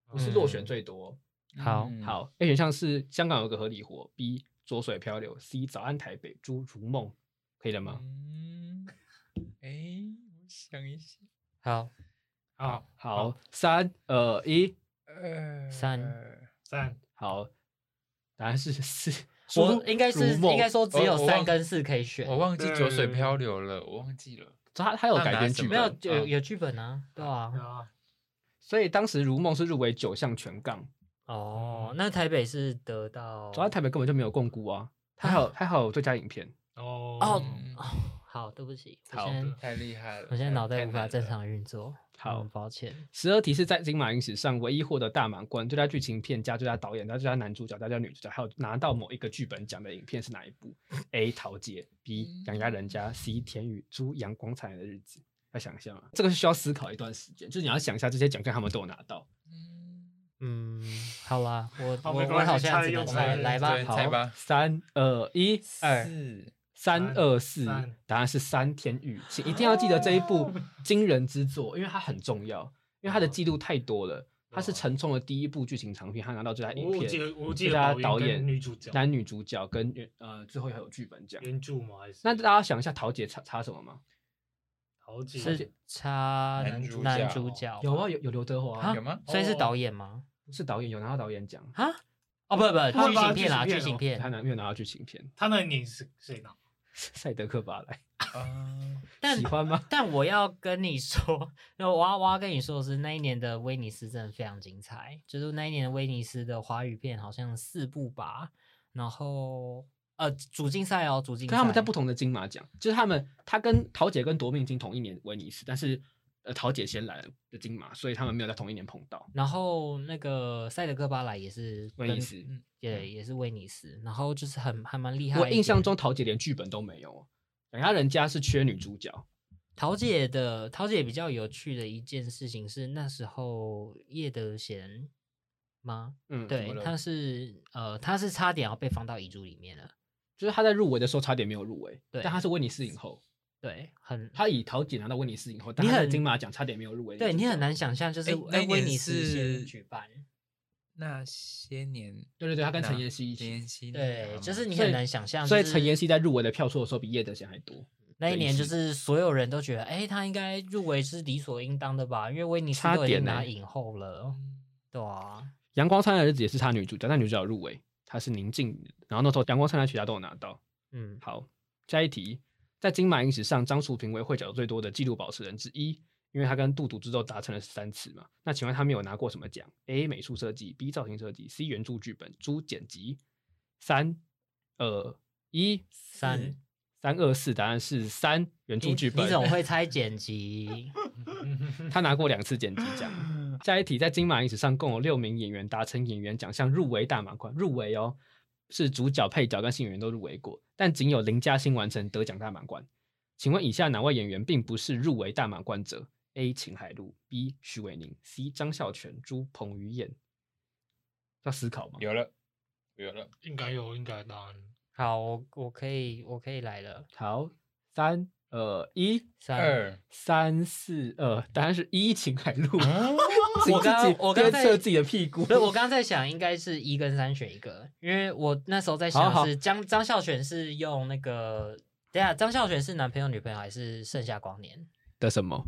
S2: 不是落选最多哦、
S1: 好
S3: 嗯，
S2: 好，A 选项是香港有个合理活，B 浊水漂流，C 早安台北，猪如梦，可以了吗？
S3: 嗯，哎，我想一下，
S1: 好，
S4: 啊，
S2: 好，三二一，
S3: 二
S1: 三
S4: 赞，
S2: 好，答案是四。
S1: 我应该是应该说
S2: 说，
S1: 只有
S3: 哦我
S1: 三
S3: 忘
S1: 跟四可以选，
S3: 我忘记
S4: 对
S3: 浊水
S2: 嗯
S3: 漂流了，我忘记了，
S2: 他他有
S3: 那
S2: 改
S3: 拿
S2: 编
S3: 什
S2: 剧
S3: 么
S1: 没有
S2: 本，嗯
S1: 有有剧本啊，对啊
S4: 对，啊，
S2: 呃所以当时《如梦》是入围九项全杠，
S1: 哦，那台北是得到
S2: 走在台北根本就没有共估啊。他还 有他还有最佳影片，
S4: 哦
S1: 哦
S3: 嗯
S1: 哦，好，对不起，我
S2: 好
S1: 现在
S3: 太厉害了，
S1: 我现在脑袋
S3: 太
S1: 无
S3: 难
S1: 法正
S3: 了，
S1: 常运作，
S2: 好
S1: 嗯抱歉。
S2: 十二题是在金马影史上唯一获得大满贯最佳剧情片加最佳导演加最佳男主角加最佳女主角，还有拿到某一个剧本奖的影片是哪一部？A. 桃姐，B. 养家人家，C. 田雨猪阳光灿烂的日子。要想一下嘛，这个是需要思考一段时间，就是你要想一下这些奖项他们都有拿到。
S3: 嗯
S1: 嗯，好啦，我
S4: 好
S1: 我
S4: 没
S1: 我
S4: 关系
S1: 好像
S4: 猜
S1: 只
S4: 又
S1: 能
S4: 猜
S1: 猜，
S4: 了
S1: 来吧
S3: 对，
S2: 好
S3: 猜吧
S2: 三二一，哎
S3: 四
S2: 三
S4: 三
S2: 二四
S4: 三，哦
S2: 答案是三天雨，请一定要记得这一部惊人之作，因为它很重要，因为它的记录太多了。它是陈冲的第一部剧情长片，他拿到最佳影
S4: 哦我我记
S2: 片
S4: 得、我记
S2: 最
S4: 得
S2: 佳
S4: 演
S2: 导
S4: 跟
S2: 演、
S4: 女主角、
S2: 男女主角跟原呃最后还有剧本奖。
S4: 原著嘛，还是
S2: 那大家想一下，桃姐差差什么吗？
S4: 好几
S1: 是差
S3: 男
S1: 男
S3: 主
S1: 男
S3: 角
S1: 主角
S2: 有
S1: 吧
S2: 啊，有有刘德华啊
S1: 啊，
S3: 有吗？
S1: 所以是
S4: 哦
S1: 导演吗？
S2: 不是导演，有拿到导演奖，
S1: 啊？哦不不，
S4: 吧
S1: 剧情片啦，
S4: 剧
S1: 剧
S4: 情
S1: 情
S4: 片
S2: 他
S1: 片。
S2: 拿没有拿到剧情片。
S4: 他那一年是谁拿？
S2: 赛德克巴莱，
S3: 啊，
S1: 但
S2: 喜欢吗？
S1: 但我要跟你说， 那我要我要跟你说的是，那一年的威尼斯真的非常精彩，就是那一年的威尼斯的华语片好像四部吧，然后呃，主竞赛哦，主竞赛。
S2: 可他们在不同的金马奖，就是他们他跟桃姐跟夺命金同一年威尼斯，但是呃桃姐先来的金马，所以他们没有在同一年碰到。
S1: 然后那个塞德克巴莱也是
S2: 威
S1: 跟
S2: 尼斯
S1: 嗯也也是威尼斯，然后就是很还蛮厉害一
S2: 我
S1: 点。
S2: 印象中桃姐连剧本都没有哦，人家人家是缺女主角，
S1: 桃姐的桃姐比较有趣的一件事情是，那时候叶德娴吗？
S2: 嗯，
S1: 对
S2: 怎么，了
S1: 她是呃，她是差点要被放到遗嘱里面了。
S2: 就是她在入围的时候差点没有入围，
S1: 对
S2: 但她是威尼斯影后，
S1: 对，很
S2: 她以桃姐拿到威尼斯影后，但
S1: 你
S2: 她在
S1: 很
S2: 金马奖差点没有入围女主角。
S1: 对你很难想象，就是
S3: 哎那
S1: 哎
S3: 一
S1: 威
S3: 年
S1: 尼斯先
S3: 是
S1: 举办，
S3: 那些年，
S2: 对对对，她跟陈
S3: 那
S2: 妍希一
S3: 陈
S2: 起，
S3: 妍希那个
S1: 对，
S3: 吗
S1: 就是你
S2: 嗯所以
S1: 很难想象。
S2: 所以
S1: 就
S2: 陈
S1: 是
S2: 妍希在入围的票数的时候比叶德娴还多，
S1: 那一
S2: 的意
S1: 年就
S2: 思
S1: 是所有人都觉得，哎、他应该入围是理所应当的吧，因为威尼斯
S2: 差
S1: 都已经
S2: 点
S1: 拿
S2: 欸
S1: 影后了，
S3: 嗯
S1: 对啊，
S2: 《阳光灿烂的日子》也是她女主角，但女主角有入围，她是宁静，然后那时候《阳光灿烂》其他都有拿到。
S1: 嗯，
S2: 好，下一题，在金马影史上，张楚平为会角最多的纪录保持人之一，因为他跟杜笃之斗达成了三次嘛。那请问他们有拿过什么奖？A. 美术设计，B. 造型设计，C. 原著剧本，猪剪辑。三、二、一，
S1: 三，
S2: 三二四，答案是三，原著
S1: 你
S2: 剧
S1: 你
S2: 本。
S1: 总会 猜剪辑，
S2: 他拿过两次剪辑奖。下一题，在金马影史上共有六名演员达成演员奖项入围大满贯，入围哦，是主角、配角跟新演员都入围过，但仅有林嘉欣完成得奖大满贯。请问以下哪位演员并不是入围大满贯者？A. 秦海璐，B. 徐伟宁，C. 张孝全，朱彭于晏。要思考吗？
S3: 有了，有了，
S4: 应该有，应该答案。
S1: 好，我我可以我可以来了，
S2: 好，三二一，
S1: 三，
S3: 二
S2: 三四二，答案是一秦海璐。请
S1: 我
S2: 自
S1: 刚
S2: 己
S1: 我刚
S2: 鞭
S1: 在
S2: 策自己的屁股。
S1: 不是，我刚刚在想，应该是一跟三选一个，因为我那时候在
S2: 好
S1: 想
S2: 好
S1: 是张张孝全是用那个，等一下张孝全是男朋友女朋友还是盛夏光年
S2: 的什么？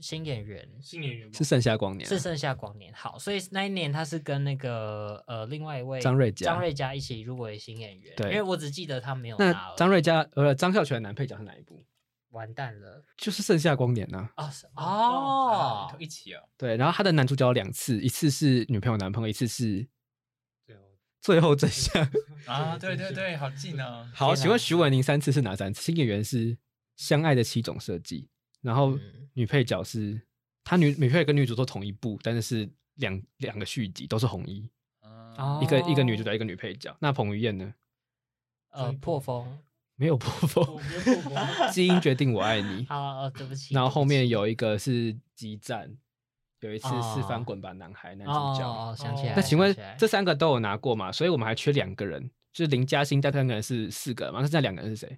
S1: 新演员？
S4: 新演员吧
S2: 是盛夏光年啊、
S1: 是盛夏光年。好，所以那一年他是跟那个呃另外一位
S2: 张瑞佳
S1: 张瑞佳一起入围新演员。
S2: 对
S1: 因为我只记得他没有拿
S2: 那
S1: 而已。
S2: 张瑞佳呃张孝全的男配角是哪一部？
S1: 完蛋了
S2: 就是《盛夏光年》呐。
S1: 哦是
S3: 哦
S1: 哦
S3: 一起啊，
S2: 对，然后他的男主角有两次，一次是女朋友男朋友，一次是
S4: 对哦，
S2: 最后真相。
S3: 啊，对对对，好近啊，
S2: 好，哦
S1: 天哪
S2: 请问徐伟宁三次是哪三次？新演员是《相爱的七种设计》，然后
S1: 嗯
S2: 女配角是她女女配角跟女主都同一部，但是是两两个续集，都是红衣，
S3: 啊
S1: 哦，
S2: 一个一个女主角，一个女配角。那彭于晏呢？
S1: 呃破风
S2: 没有破
S4: 我
S2: 风，
S4: 没有做过
S2: 基因决定我爱你。
S1: 啊哦对不起。
S2: 然后
S1: 对
S2: 后
S1: 不起
S2: 面有一个是激战，有一次是
S1: 哦
S2: 翻滚吧男孩男
S1: 哦
S2: 主角。
S1: 哦哦想起来了。
S2: 那请
S1: 想
S2: 问
S1: 起来
S2: 这三个都有拿过嘛？所以我们还缺两个人，就是林嘉欣带三个人是四个嘛？那这两个人是谁？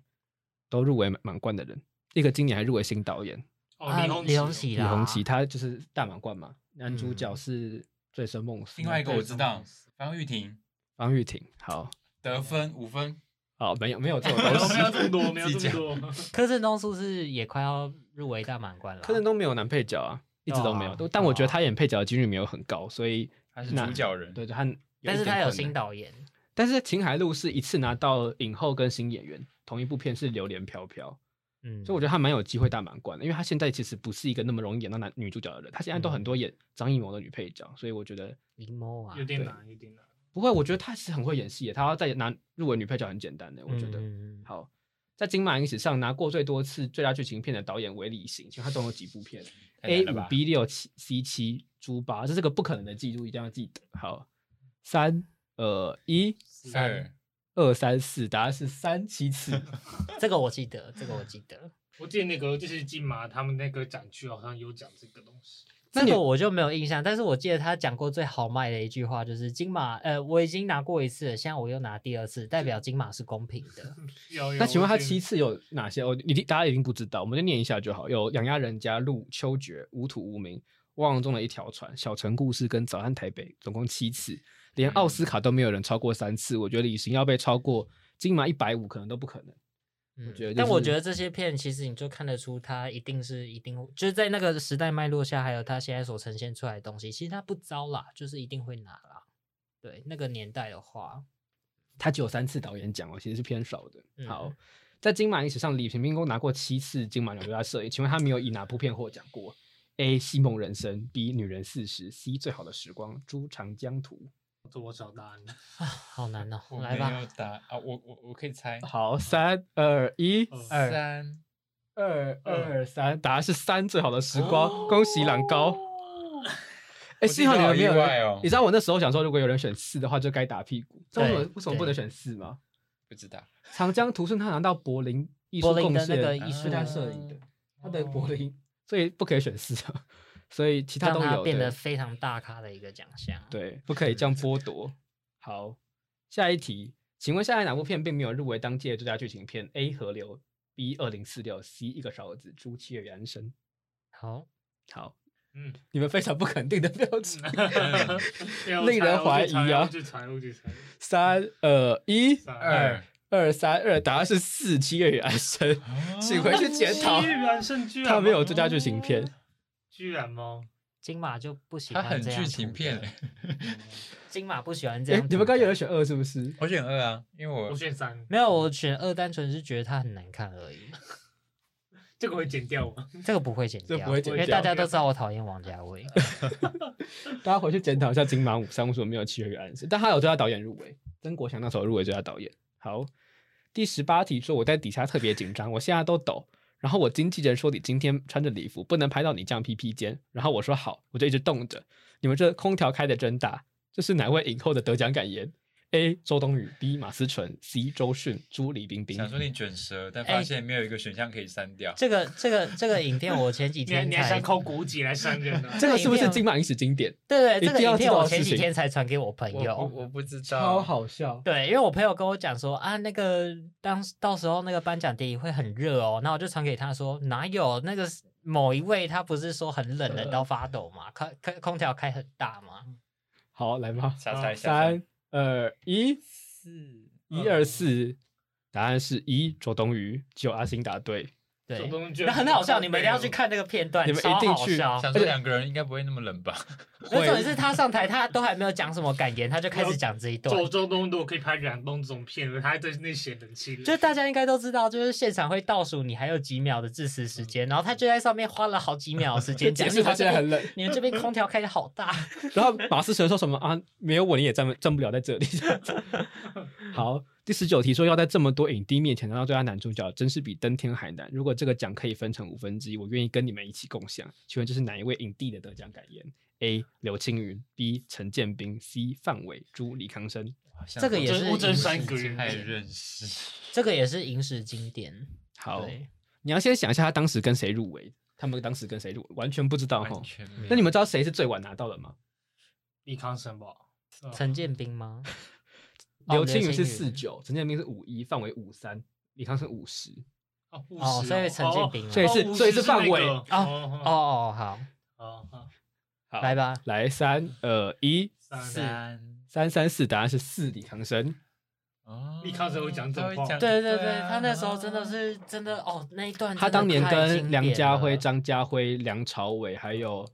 S2: 都入围满满贯的人，一个今年还入围新导演
S4: 哦，
S1: 啊
S4: 李红
S1: 李红
S4: 旗
S1: 喜
S2: 李
S1: 啦
S2: 红旗，他就是大满贯嘛。男主角
S1: 嗯
S2: 是《醉生梦死》，
S3: 另外一个我知道，方玉婷
S2: 方玉婷。好，
S3: 得分五分，
S2: 好，没有没有这种
S4: 哦，
S2: 东
S4: 没有没
S2: 西。
S4: 有这 么多，没有
S3: 自己
S4: 这么
S3: 讲
S4: 多。
S1: 柯震东是不是也快要入围大满贯了？啊
S2: 柯震东没有男配角啊，一直都没有。
S1: 对啊
S2: 但我觉得
S1: 对啊
S2: 他演配角的几率没有很高，所以
S3: 他是
S2: 那
S3: 主角人，
S2: 对，对他有一点困难。
S1: 但是他有新导演。
S2: 但是秦海璐是一次拿到影后跟新演员，同一部片是《榴莲飘飘》，
S1: 嗯，
S2: 所以我觉得她蛮有机会大满贯的，因为她现在其实不是一个那么容易演到男女主角的人，她现在
S3: 嗯
S2: 都很多演张艺谋的女配角，所以我觉得
S1: 林某啊，
S4: 有点
S2: 对
S4: 难，有点难。
S2: 不会，我觉得她是很会演戏的，她要再拿入围女配角很简单的，我觉得。
S1: 嗯嗯嗯
S2: 好，在金马影史上拿过最多次最佳剧情片的导演韦礼行，请问他总共有几部片
S3: 太
S2: ？A
S3: 难了吧
S2: 五 B 六七 C 七猪八，这是个不可能的记录，一定要记得。好，三呃一。
S3: 二
S2: 二三四，答案是三七次。
S1: 嗯这个我记得，这个我记得。
S4: 我记得那个就是金马他们那个展区好像有讲这个东西，
S2: 那
S1: 这
S2: 你
S1: 个我就没有印象，但是我记得他讲过最豪迈的一句话就是金马，呃，我已经拿过一次了，现在我又拿第二次，代表金马是公平 的。嗯
S4: 有有。
S2: 那请问他
S4: 嗯哎我记
S2: 七
S4: 得
S2: 次有哪些？我一定大家一定不知道，我们就念一下就好。有养鸭人家、路、秋决、无土无名、汪洋中的一条船、小城故事跟早安台北，总共七次，连奥斯卡都没有人超过三次。我觉得李行要被超过金马一百五可能都不可能。
S1: 嗯
S2: 觉得就
S1: 但我
S2: 是
S1: 觉得这些片其实你就看得出，他一定是一定就是在那个时代脉络下，还有他现在所呈现出来的东西，其实他不糟啦，就是一定会拿啦。对，那个年代的话，
S2: 他只有三次导演奖哦，其实是偏少的。
S1: 嗯
S2: 好，在金马影史上，李平平共拿过七次金马奖最佳摄影，请问他没有以哪部片获奖过？A. 戏梦人生，B. 女人四十，C. 最好的时光，朱长江图。
S4: 这我找答案了。
S1: 好难哦，
S3: 我
S1: 来
S3: 没
S1: 吧，
S3: 有答啊，我我我可以猜，
S2: 好，三二一，二
S3: 三，
S2: 二二三，答案是三最好的
S3: 哦
S2: 时光，恭喜朗高。哎，
S3: 我
S2: 幸好
S3: 听
S2: 你
S3: 到
S2: 们没有
S3: 好意外哦
S2: 人，你知道我那时候想说，如果有人选四的话，就该打屁股。知道为什么
S1: 对
S2: 为什么不
S1: 对
S2: 能选四吗？
S3: 不知道，
S2: 长江图顺他拿到柏林艺术
S1: 柏林
S2: 贡
S1: 的那
S2: 献，
S1: 个艺
S3: 啊
S1: 术
S2: 是他摄影的，他的柏
S4: 哦
S2: 林，所以不可以选四啊，所以其他
S1: 让
S2: 都
S1: 它
S2: 有
S1: 变
S2: 对
S1: 得嗯非常大咖的一个奖项。，
S2: 对，不可以这样剥夺。好，下一题，请问下列哪部片并没有入围当届最佳剧情片？A. 河流，B. 二零四六，C. 一个勺子，朱七尔与安生。
S1: 好，
S2: 好，
S4: 嗯，
S2: 你们非常不肯定的表 情。
S4: 要
S2: 令人
S4: 猜
S2: 怀
S4: 我去猜
S2: 疑啊
S4: 我去猜，我去猜。
S2: 三二一，
S4: 三
S3: 二
S2: 二三二，答案是四七月与安生，
S3: 啊
S2: 请回去检讨
S4: 居。然胜居然
S2: 他没有
S4: 吗
S2: 最佳剧情片，
S4: 居然吗？
S1: 金马就不喜
S3: 他
S1: 欢
S3: 很
S1: 这样
S3: 剧
S1: 子
S3: 情
S1: 的
S3: 片欸，
S1: 金马不 喜欢这
S2: 哎
S1: 样，子的。
S2: 你们刚刚有人选二是不是？
S3: 我选二啊，因为我
S4: 我选三，
S1: 没有？我选二，单纯是觉得它很难看而 已。
S4: 这个会剪掉吗？
S1: 这个不会剪
S2: 这
S1: 掉，
S2: 不会剪
S1: 因为
S2: 掉
S1: 大家都知道我讨厌王家卫。
S2: 大家回去检讨一下金马五三为什么没有七月与安生，但他有最佳导演入围，曾国祥那时候入围最佳导演。好，第十八题说我在底下特别紧张，我现在都抖。然后我经纪人说你今天穿着礼服不能拍到你这样屁屁肩，然后我说好，我就一直动着。你们这空调开的真大，这是哪位影后的得奖感言？A. 周冬雨，B. 马思纯，C. 周迅，朱李冰冰。
S3: 想说你卷舌，但
S1: 哎
S3: 发现没有一个选项可以删掉。
S1: 这个这个这个影片，我前几
S4: 你还
S1: 天
S4: 你还
S1: 才
S4: 想靠古籍来删人啊呢？
S2: 这个是不是
S1: 影片
S2: 金马影史经典？
S1: 对
S2: 一
S1: 对，这个
S2: 定要
S1: 影
S2: 知
S1: 片
S2: 道
S1: 我
S2: 的
S1: 前
S2: 事
S1: 几
S2: 情
S1: 天才传给我朋
S3: 我我
S1: 友。
S3: 我不知道，
S2: 笑。
S1: 对，因为我朋友跟我讲说啊，那个当到时候那个颁奖典礼会很热哦，那我就传给他说哪有那个某一位他不是说很冷冷到发抖
S2: 嗯
S1: 嘛，开开空调开很大嘛，
S2: 好，来吧，
S3: 瞎猜瞎猜
S2: 三二一。
S3: 四，
S2: 一二四，答案是一周冬雨，只有阿星答对。
S1: 对
S4: 这种，东西居
S1: 那
S4: 然
S1: 很好笑，你们一定要
S4: 靠背
S1: 去
S4: 哦。
S1: 看那个片段，
S2: 你们一
S1: 超
S2: 定
S1: 好
S2: 去
S1: 笑。
S3: 想说两个人应该不会那么冷吧？
S1: 那重点是他上台，他都还没有讲什么感言，他就开始讲这一段。
S4: 周周东如果可以拍染东这种片，他还在那写冷气了。
S1: 就是大家应该都知道，就是现场会倒数你还有几秒的致辞时间，然后他就在上面花了好几秒的时间讲，
S2: 解释他现在很冷。
S1: 你们这边空调开的好大，
S2: 然后马思纯说什么啊？没有我你也站不站不了在这里。好，第十九题说要在这么多影帝面前拿到最佳男主角，真是比登天还难。如果这个奖可以分成五分之一，我愿意跟你们一起共享。请问这是哪一位影帝的得奖感言？A. 刘青云，B. 陈建斌，C. 范伟，朱李康生。
S1: 这个也是
S4: 乌镇山隔人
S3: 太
S4: 片
S3: 认识，
S1: 这个也是影史经典。
S2: 好，
S1: 对
S2: 你要先想一下他当时跟谁入围，他们当时跟谁入围，完全不知道哈
S3: 完。全没有。
S2: 那你们知道谁是最晚拿到的吗？
S4: 李康生吧，嗯
S1: 陈建斌吗？哦
S2: 刘青云是
S1: 刘
S2: 四
S1: 青云
S2: 九，陈建斌是五一，范伟五三，李康生五十。
S4: 哦五
S1: 哦
S4: 十
S1: 所以陈建斌
S4: 哦
S1: 啊
S2: 所以是
S4: 哦
S2: 所以是
S4: 五十
S2: 范伟
S4: 那个
S1: 哦
S4: 哦
S1: 哦，好，
S4: 哦哦，
S2: 好，
S1: 来，吧，
S2: 来三二一，
S1: 啊
S4: 三
S3: 三
S2: 三三四，答案是四，李康生。
S3: 哦
S4: 一开始会讲
S3: 他
S4: 整
S3: 会
S4: 话
S3: 讲
S1: 对对对，他那时候
S3: 啊
S1: 真的是真的哦，那一段
S2: 他
S1: 真的
S2: 当年
S1: 太
S2: 跟
S1: 经
S2: 梁
S1: 典
S2: 家辉、
S1: 了
S2: 张家辉、梁朝伟还有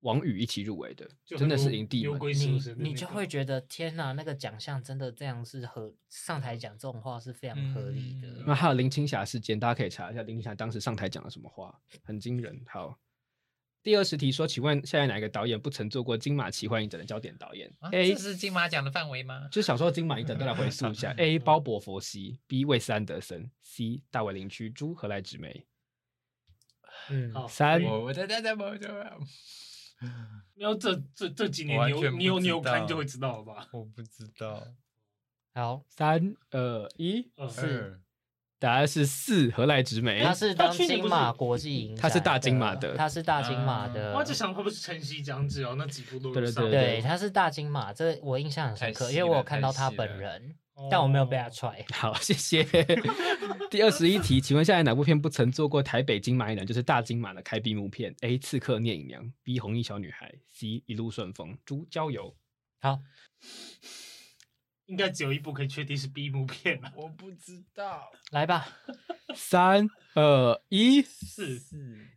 S2: 王宇一起入围的，
S4: 就
S2: 真的
S4: 很
S2: 是
S4: 牛
S2: 影帝
S4: 牛
S2: 们。
S4: 鬼
S1: 你
S4: 蛇神的
S1: 你
S4: 那
S1: 就
S4: 个
S1: 会觉得天哪，那个奖项真的这样是合上台讲这种话是非常合理的。
S3: 嗯
S2: 那还有林青霞事件，大家可以查一下林青霞当时上台讲了什么话，很惊人。好，第二十题说，请问现在哪一个导演不曾做过金马奇幻影展的焦点导演、
S3: 啊
S2: a
S3: 这是金马奖的范围吗？
S2: 就小时候金马影展都来回溯一下：A. 鲍勃·佛西，B. 魏斯安德森，C. 大卫林区，朱何来直美。
S1: 嗯，
S4: 好
S2: 三
S4: 所以
S3: 我我在在在我
S4: 没有这这这几年
S3: 完
S4: 你有
S3: 全不
S4: 你有你
S3: 知
S4: 有看
S3: 道
S4: 就会知道了吧？
S3: 我不知道。
S1: 好，
S2: 三二一，
S4: 嗯
S1: 是
S2: 答案是四何来直美
S1: 他。是
S4: 他
S1: 当
S4: 去年
S1: 金
S4: 不是
S1: 马国际影展的，
S2: 他是大金马的
S1: 他是大金马的，
S4: 我就想会不会是晨曦讲只哦，那几部都有
S2: 对对
S4: 上
S2: 对
S1: 对，他是大金马，这我印象很深
S3: 太
S1: 刻，
S3: 细
S1: 因为我有
S3: 了
S1: 看
S3: 太
S1: 到他
S3: 细
S1: 本
S3: 了
S1: 人， 但我没有被他
S4: 哦
S1: 踹。
S2: 好，谢谢。第二十一题，请问现在哪部片不曾做过台北金马影展，就是大金马的开闭幕片？A. 刺客聂隐娘，B. 红衣小女孩，C. 一路顺风，朱郊游。
S1: 好，
S4: 应该只有一部可以确定是 B 幕片了。
S3: 我不知道。
S1: 来吧，
S2: 三二一，
S4: 是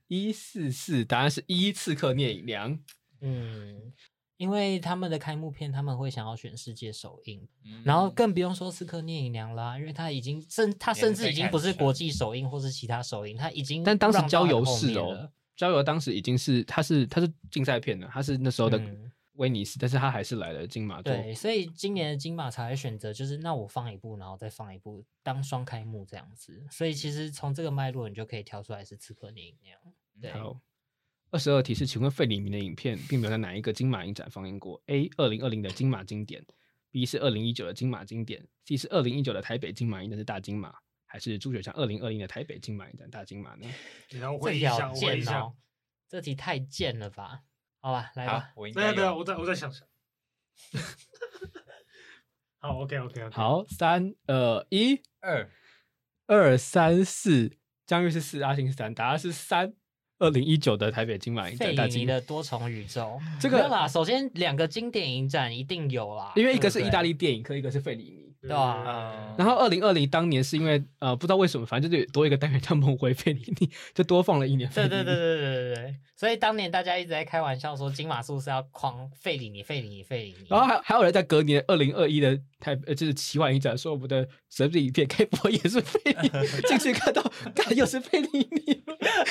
S2: 一四四，答案是一刺客聂隐娘。
S1: 嗯，因为他们的开幕片他们会想要选世界首映，
S3: 嗯
S1: 然后更不用说刺客聂隐娘啦，因为他已经甚他甚
S3: 连
S1: 至
S3: 载
S1: 已经
S3: 看
S1: 不是
S3: 起
S1: 国
S3: 来
S1: 际首映或是其他首映，他已经
S2: 但当时
S1: 让到
S2: 郊
S1: 很
S2: 游
S1: 后
S2: 是
S1: 面
S2: 哦
S1: 了，
S2: 郊游当时已经是他是他是竞赛片了，他是那时候的
S1: 嗯
S2: 威尼斯，但是他还是来了金马做
S1: 对，所以今年的金马才会选择就是那我放一部，然后再放一部当双开幕这样子。所以其实从这个脉络，你就可以挑出来是《刺客聂隐娘》。
S4: 嗯
S1: 对，
S2: 好，二十二题是，请问费里尼的影片并没有在哪一个金马影展放映过？A. 二零二零的金马经典，B 是二零一九的金马经典，C 是二零一九的台北金马影展是大金马，还是朱雪强二零二零的台北金马影展大金马呢？
S4: 然后我
S1: 这
S4: 回
S1: 题好
S4: 想，我回
S1: 贱
S4: 想
S1: 哦，，这题太贱了吧？好吧，来
S3: 嗯好
S1: 吧，，
S3: 我应
S4: 对啊
S3: 该
S4: 对啊，
S3: 有
S4: 我再我再想想。 好，OK OK OK，
S2: 好，三二一，
S3: 二
S2: 二三四，江玉是四，阿信是三，答案是三。二零一九的台北金马影展
S1: 费
S2: 大
S1: 里尼
S2: 金
S1: 的多重宇宙，
S2: 这
S1: 没有
S2: 个
S1: 啦。首先，两个经典影展一定有啦，
S2: 因为一个是
S1: 对不对
S2: 意大利电影课，一个是费里尼。
S1: 对啊
S3: 啊
S2: 然后二零二零当年是因为呃不知道为什么，反正就是有多一个单元叫梦回费里尼，就多放了一年费
S1: 对
S2: 里尼。
S1: 对对对对对对，所以当年大家一直在开玩笑说金马术是要狂费里尼费里尼费里尼，
S2: 然后还还有人在隔年二零二一的台呃就是奇幻影展说我们的神秘影片开播也是 费里尼，进去看到看又是费里尼，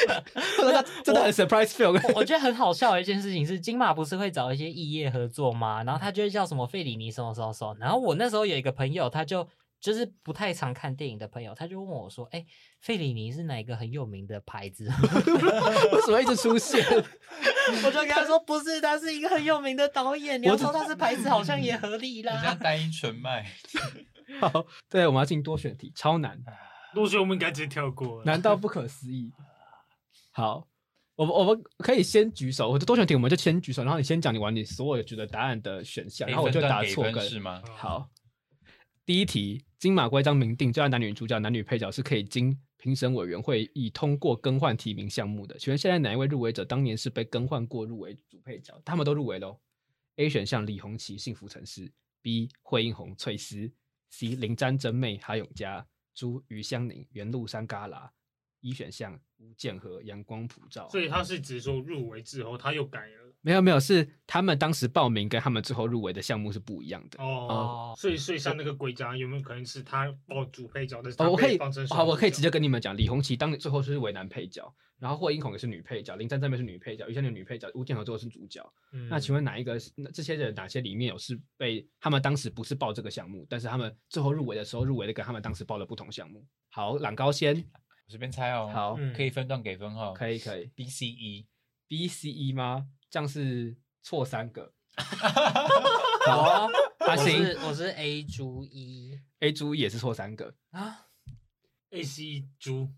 S2: 我 说他真的很 surprise feel。
S1: 我我觉得很好笑的一件事情是，金马不是会找一些异业合作吗？然后他就会叫什么费里尼什么什么什么。然后我那时候有一个朋友，他就就是不太常看电影的朋友，他就问我说：“哎、费里尼是哪一个很有名的牌子？”
S2: 为什么一直出现？
S1: 我就跟他说：“不是，他是一个很有名的导演。你要说他是牌子，好像也合理
S3: 人家
S1: 啦。
S3: 单一纯麦，
S2: 好，对，我们要进多选题，超 难，
S4: 陆续我们应该直接跳过了。
S2: 难到不可思议。好，我们我们可以先举手，我就多选题我们就先举手，然后你先讲你玩你所有觉得答案的选项，然后我就打错
S3: 分
S2: 跟。
S3: 是吗？
S4: 嗯
S2: 好，第一题，金马规章明定，最佳男女主角、男女配角是可以经评审委员会议通过更换提名项目的。请问现在哪一位入围者当年是被更换过入围主配角？他们都入围喽。A 选项李红旗《幸福城市》，B 惠英红翠丝，C 林詹真妹哈永嘉，朱于香宁原路山旮旯。一 E 选项吴建和阳光普照，
S4: 所以他是只说入围之后他又改了
S2: 没有没有是他们当时报名跟他们最后入围的项目是不一样的。
S4: 哦。所以所以像那个鬼家有没有可能是他报主配角，但是他
S2: 哦，我可
S4: 被
S2: 以
S4: 放成，
S2: 好，我可以
S4: 双
S2: 直
S4: 主角
S2: 接跟你们讲，李红旗当年最后是为男配角，然后霍英红也是女配角，林珊珊也是女配角，于香莲女配角，吴建和最后是主角。
S4: 嗯
S2: 那请问哪一个是？那这些人哪些里面有是被他们当时不是报这个项目，但是他们最后入围的时候入围的跟他们当时报的不同项目？好，朗高先，
S3: 我随便猜哦。
S2: 好
S4: 嗯
S3: 可以分段给分号。
S2: 可以可以
S3: B C E，
S2: ，B C E 吗？这样是错三 个。
S1: 好，
S2: 啊 阿
S1: 我
S2: 星
S1: 是我是 A 猪一
S2: A 猪也是错三个
S1: 啊，
S4: 嗯 A C 猪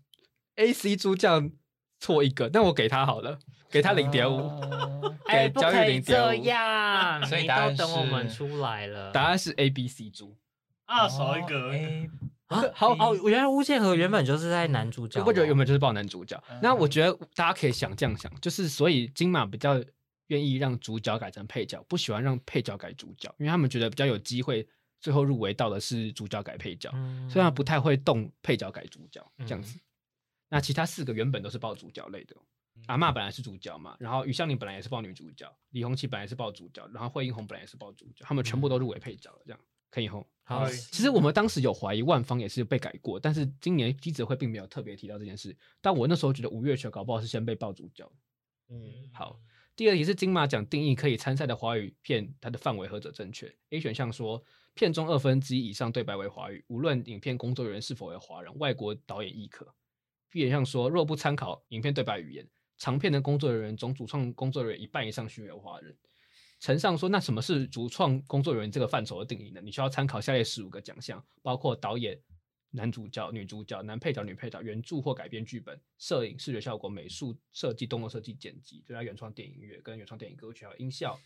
S2: ，A C 猪这样错一个，那我给他好了，给他零点
S1: 啊
S2: 五。
S3: 哦
S2: 给
S1: 哎，不
S2: 焦裕
S1: 可以
S2: 玲点
S1: 这
S2: 五
S1: 样，
S3: 所以
S1: 你
S3: 答
S1: 都
S3: 案
S1: 等我
S3: 是
S1: 们出来了。
S2: 答案是 A B C 猪。
S4: 啊，少一
S2: 哦
S4: 个。
S3: A
S1: 啊，
S2: 好
S1: 哦，原来巫建和原本就是在男主角，哦
S2: 我觉得原本就是报男主角。那我
S3: 嗯
S2: 觉得大家可以想这样想，就是所以金马比较愿意让主角改成配角，不喜欢让配角改主角，因为他们觉得比较有机会最后入围到的是主角改配角，
S1: 嗯
S2: 所以他不太会动配角改主角这样
S1: 嗯
S2: 子。那其他四个原本都是报主角类的。哦阿嬷本来是主角嘛，然后于香玲本来也是报女主角，李红旗本来是报主角，然后惠英红本来也是报主角，他们全部都入围配角了，这样可以吼。
S1: 嗯好
S4: 哎
S2: 其实我们当时有怀疑万方也是被改过，但是今年机子会并没有特别提到这件事。但我那时候觉得五月球搞不好是先被爆主角。
S1: 嗯
S2: 好，第二题是金马奖定义可以参赛的华语片，它的范围何者正确？A 选项说片中二分之一以上对白为华语，无论影片工作人员是否为华人，外国导演亦可。B 选项说若不参考影片对白语言，长片的工作人员中主创工作人员一半以上需为华人。陈上说：“那什么是主创工作人员这个范畴的定义呢？你需要参考下列十五个奖项，包括导演、男主角、女主角、男配角、女配角、原著或改编剧本、摄影、视觉效果、美术设计、动作设计、剪辑、最佳原创电影音乐跟原创电影歌曲还有音效。”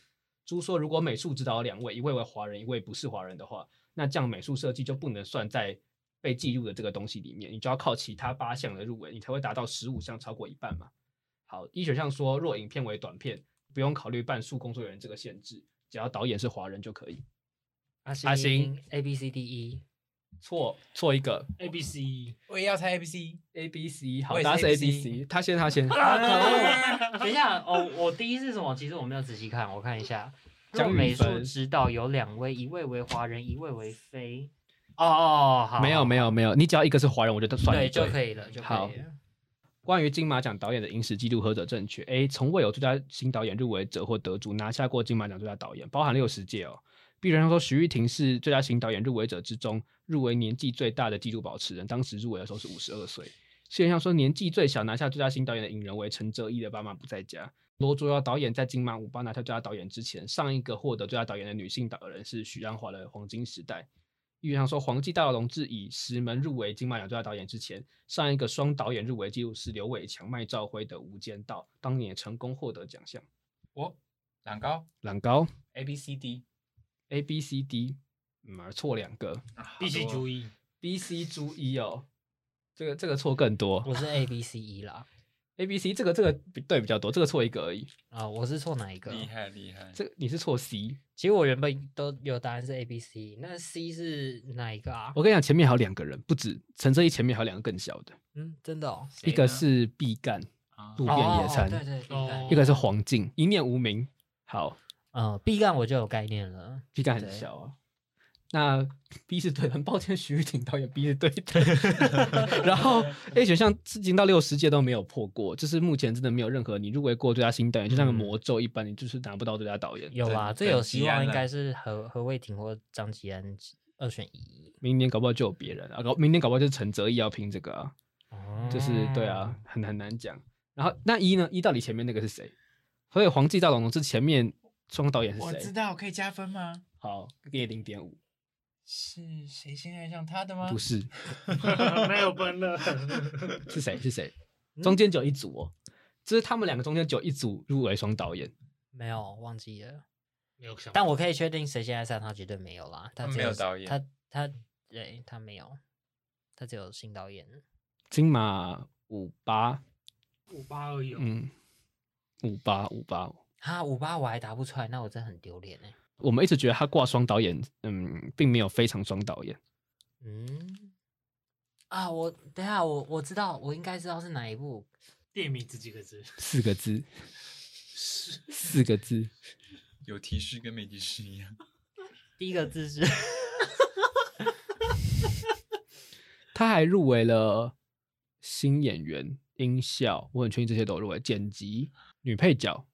S2: 猪说：“如果美术指导两位，一位为华人，一位不是华人的话，那这样美术设计就不能算在被计入的这个东西里面，你就要靠其他八项的入围，你才会达到十五项超过一半嘛。好，一选项说若影片为短片，不用考虑半数工作人员这个限制，只要导演是华人就可以。
S1: 阿星
S2: 阿星
S1: A B C D E，
S2: 错错一个
S4: A B C E
S3: 我也要猜 A B C。
S2: A B C，好
S3: 我，也是
S2: 答案是 A
S3: A
S2: B
S3: B
S2: C，他先他先，
S1: 啊，可恶！等一下，哦，我第一是什么？其实我没有仔细看，我看一下。
S2: 江
S1: 若
S2: 宇
S1: 美术
S2: 芬
S1: 指导有两位，一位为华人，一位为非。哦哦，好，
S2: 没有没
S1: 有，
S2: 有没有，你只要一个是华人，我觉得算一
S1: 对就
S2: 以。
S1: 可以了，就可
S2: 好
S1: 以了。
S2: 关于金马奖导演的影史纪录何者正确？A. 从未有最佳新导演入围者或得主拿下过金马奖最佳导演，包含六十届哦。B 人说，徐玉婷是最佳新导演入围者之中入围年纪最大的纪录保持人，当时入围的时候是五十二岁。谢元说，年纪最小拿下最佳新导演的影人为陈哲艺的《爸妈不在家》。罗卓瑶导演在金马五八拿下最佳导演之前，上一个获得最佳导演的女性导演人是许鞍华的《黄金时代》。预言说，黄继大龙志以《石门》入围金马奖最佳导演之前，上一个双导演入围纪录是刘伟强、麦兆辉的《无间道》，当年也成功获得奖项。
S3: 我染膏
S2: 懒高
S3: A B C D
S2: A B C D，嗯，而错两个
S4: 必须注意，
S2: ，B C 猪一哦，这个这个错更多
S1: 我是 A B C 一啦，
S2: ，A B C 这个这个比对比较多，这个错一个而已。
S1: 啊，我是错哪一个？
S3: 厉害厉害，
S2: 这个你是错 C，
S1: 其实我原本都有答案是 A B C，那 E，C 是哪一个啊？
S2: 我跟你讲，前面还有两个人，不止陈哲艺前面还有两个更小的，
S1: 嗯，真的哦，
S2: 一个是毕赣，
S3: 啊
S2: 路
S1: 哦
S2: 边野
S1: 哦
S2: 餐
S1: 对对，
S4: 哦
S1: 应该
S2: 一个是黄静，一念无名。好，
S1: 呃，毕赣我就有概念了。
S2: 毕赣很
S1: 对
S2: 小啊。那 B 是对的，很抱歉，徐玉婷导演 B 是对 的。然后 A 选项至今到六十届都没有破过，就是目前真的没有任何你入围过最佳新导演，就像个
S1: 嗯
S2: 魔咒一般，你就是拿不到最佳导演。
S1: 有
S3: 整
S1: 啦，最
S3: 整
S1: 有
S3: 齐
S1: 希望
S3: 安
S1: 应
S3: 啦
S1: 该是何何卫廷或张吉安二选一。
S2: 明年搞不好就有别人啊，搞明年搞不好就是陈哲艺要拼这个啊，
S1: 哦
S2: 就是对啊，，很很难讲。然后那一呢？一到底前面那个是谁？所以黄继大龙是前面双导演是
S3: 我知
S2: 谁？
S3: 道，可以加分吗？
S2: 好，给零点五，
S3: 是谁先爱上他的吗？
S2: 不是
S4: 没有分了。
S2: 是谁？是谁？
S3: 嗯
S2: 中间只有一组哦，就是他们两个中间只有一组入围双导演。
S1: 没有忘记了，
S4: 没有想，
S1: 但我可以确定谁先爱上他绝对没有啦，他
S3: 他
S1: 只
S3: 没有导
S1: 他
S3: 演
S1: 他对他没有，他只有新导演。
S2: 金马五八，
S4: 五八二哦有，
S2: 嗯，五八五八，
S1: 哈，五八我还答不出来，那我真的很丢脸哎。
S2: 我们一直觉得他挂双导演，嗯，并没有非常双导演。
S1: 嗯，啊，我等一下我我知道，我应该知道是哪一部。
S4: 店名字几个字？
S2: 四个字，四个字，
S3: 有提示跟没提示一样，
S1: 第一个字是
S2: 他还入围了新演员、音效，我很确定这些都有入围，剪辑、女配角。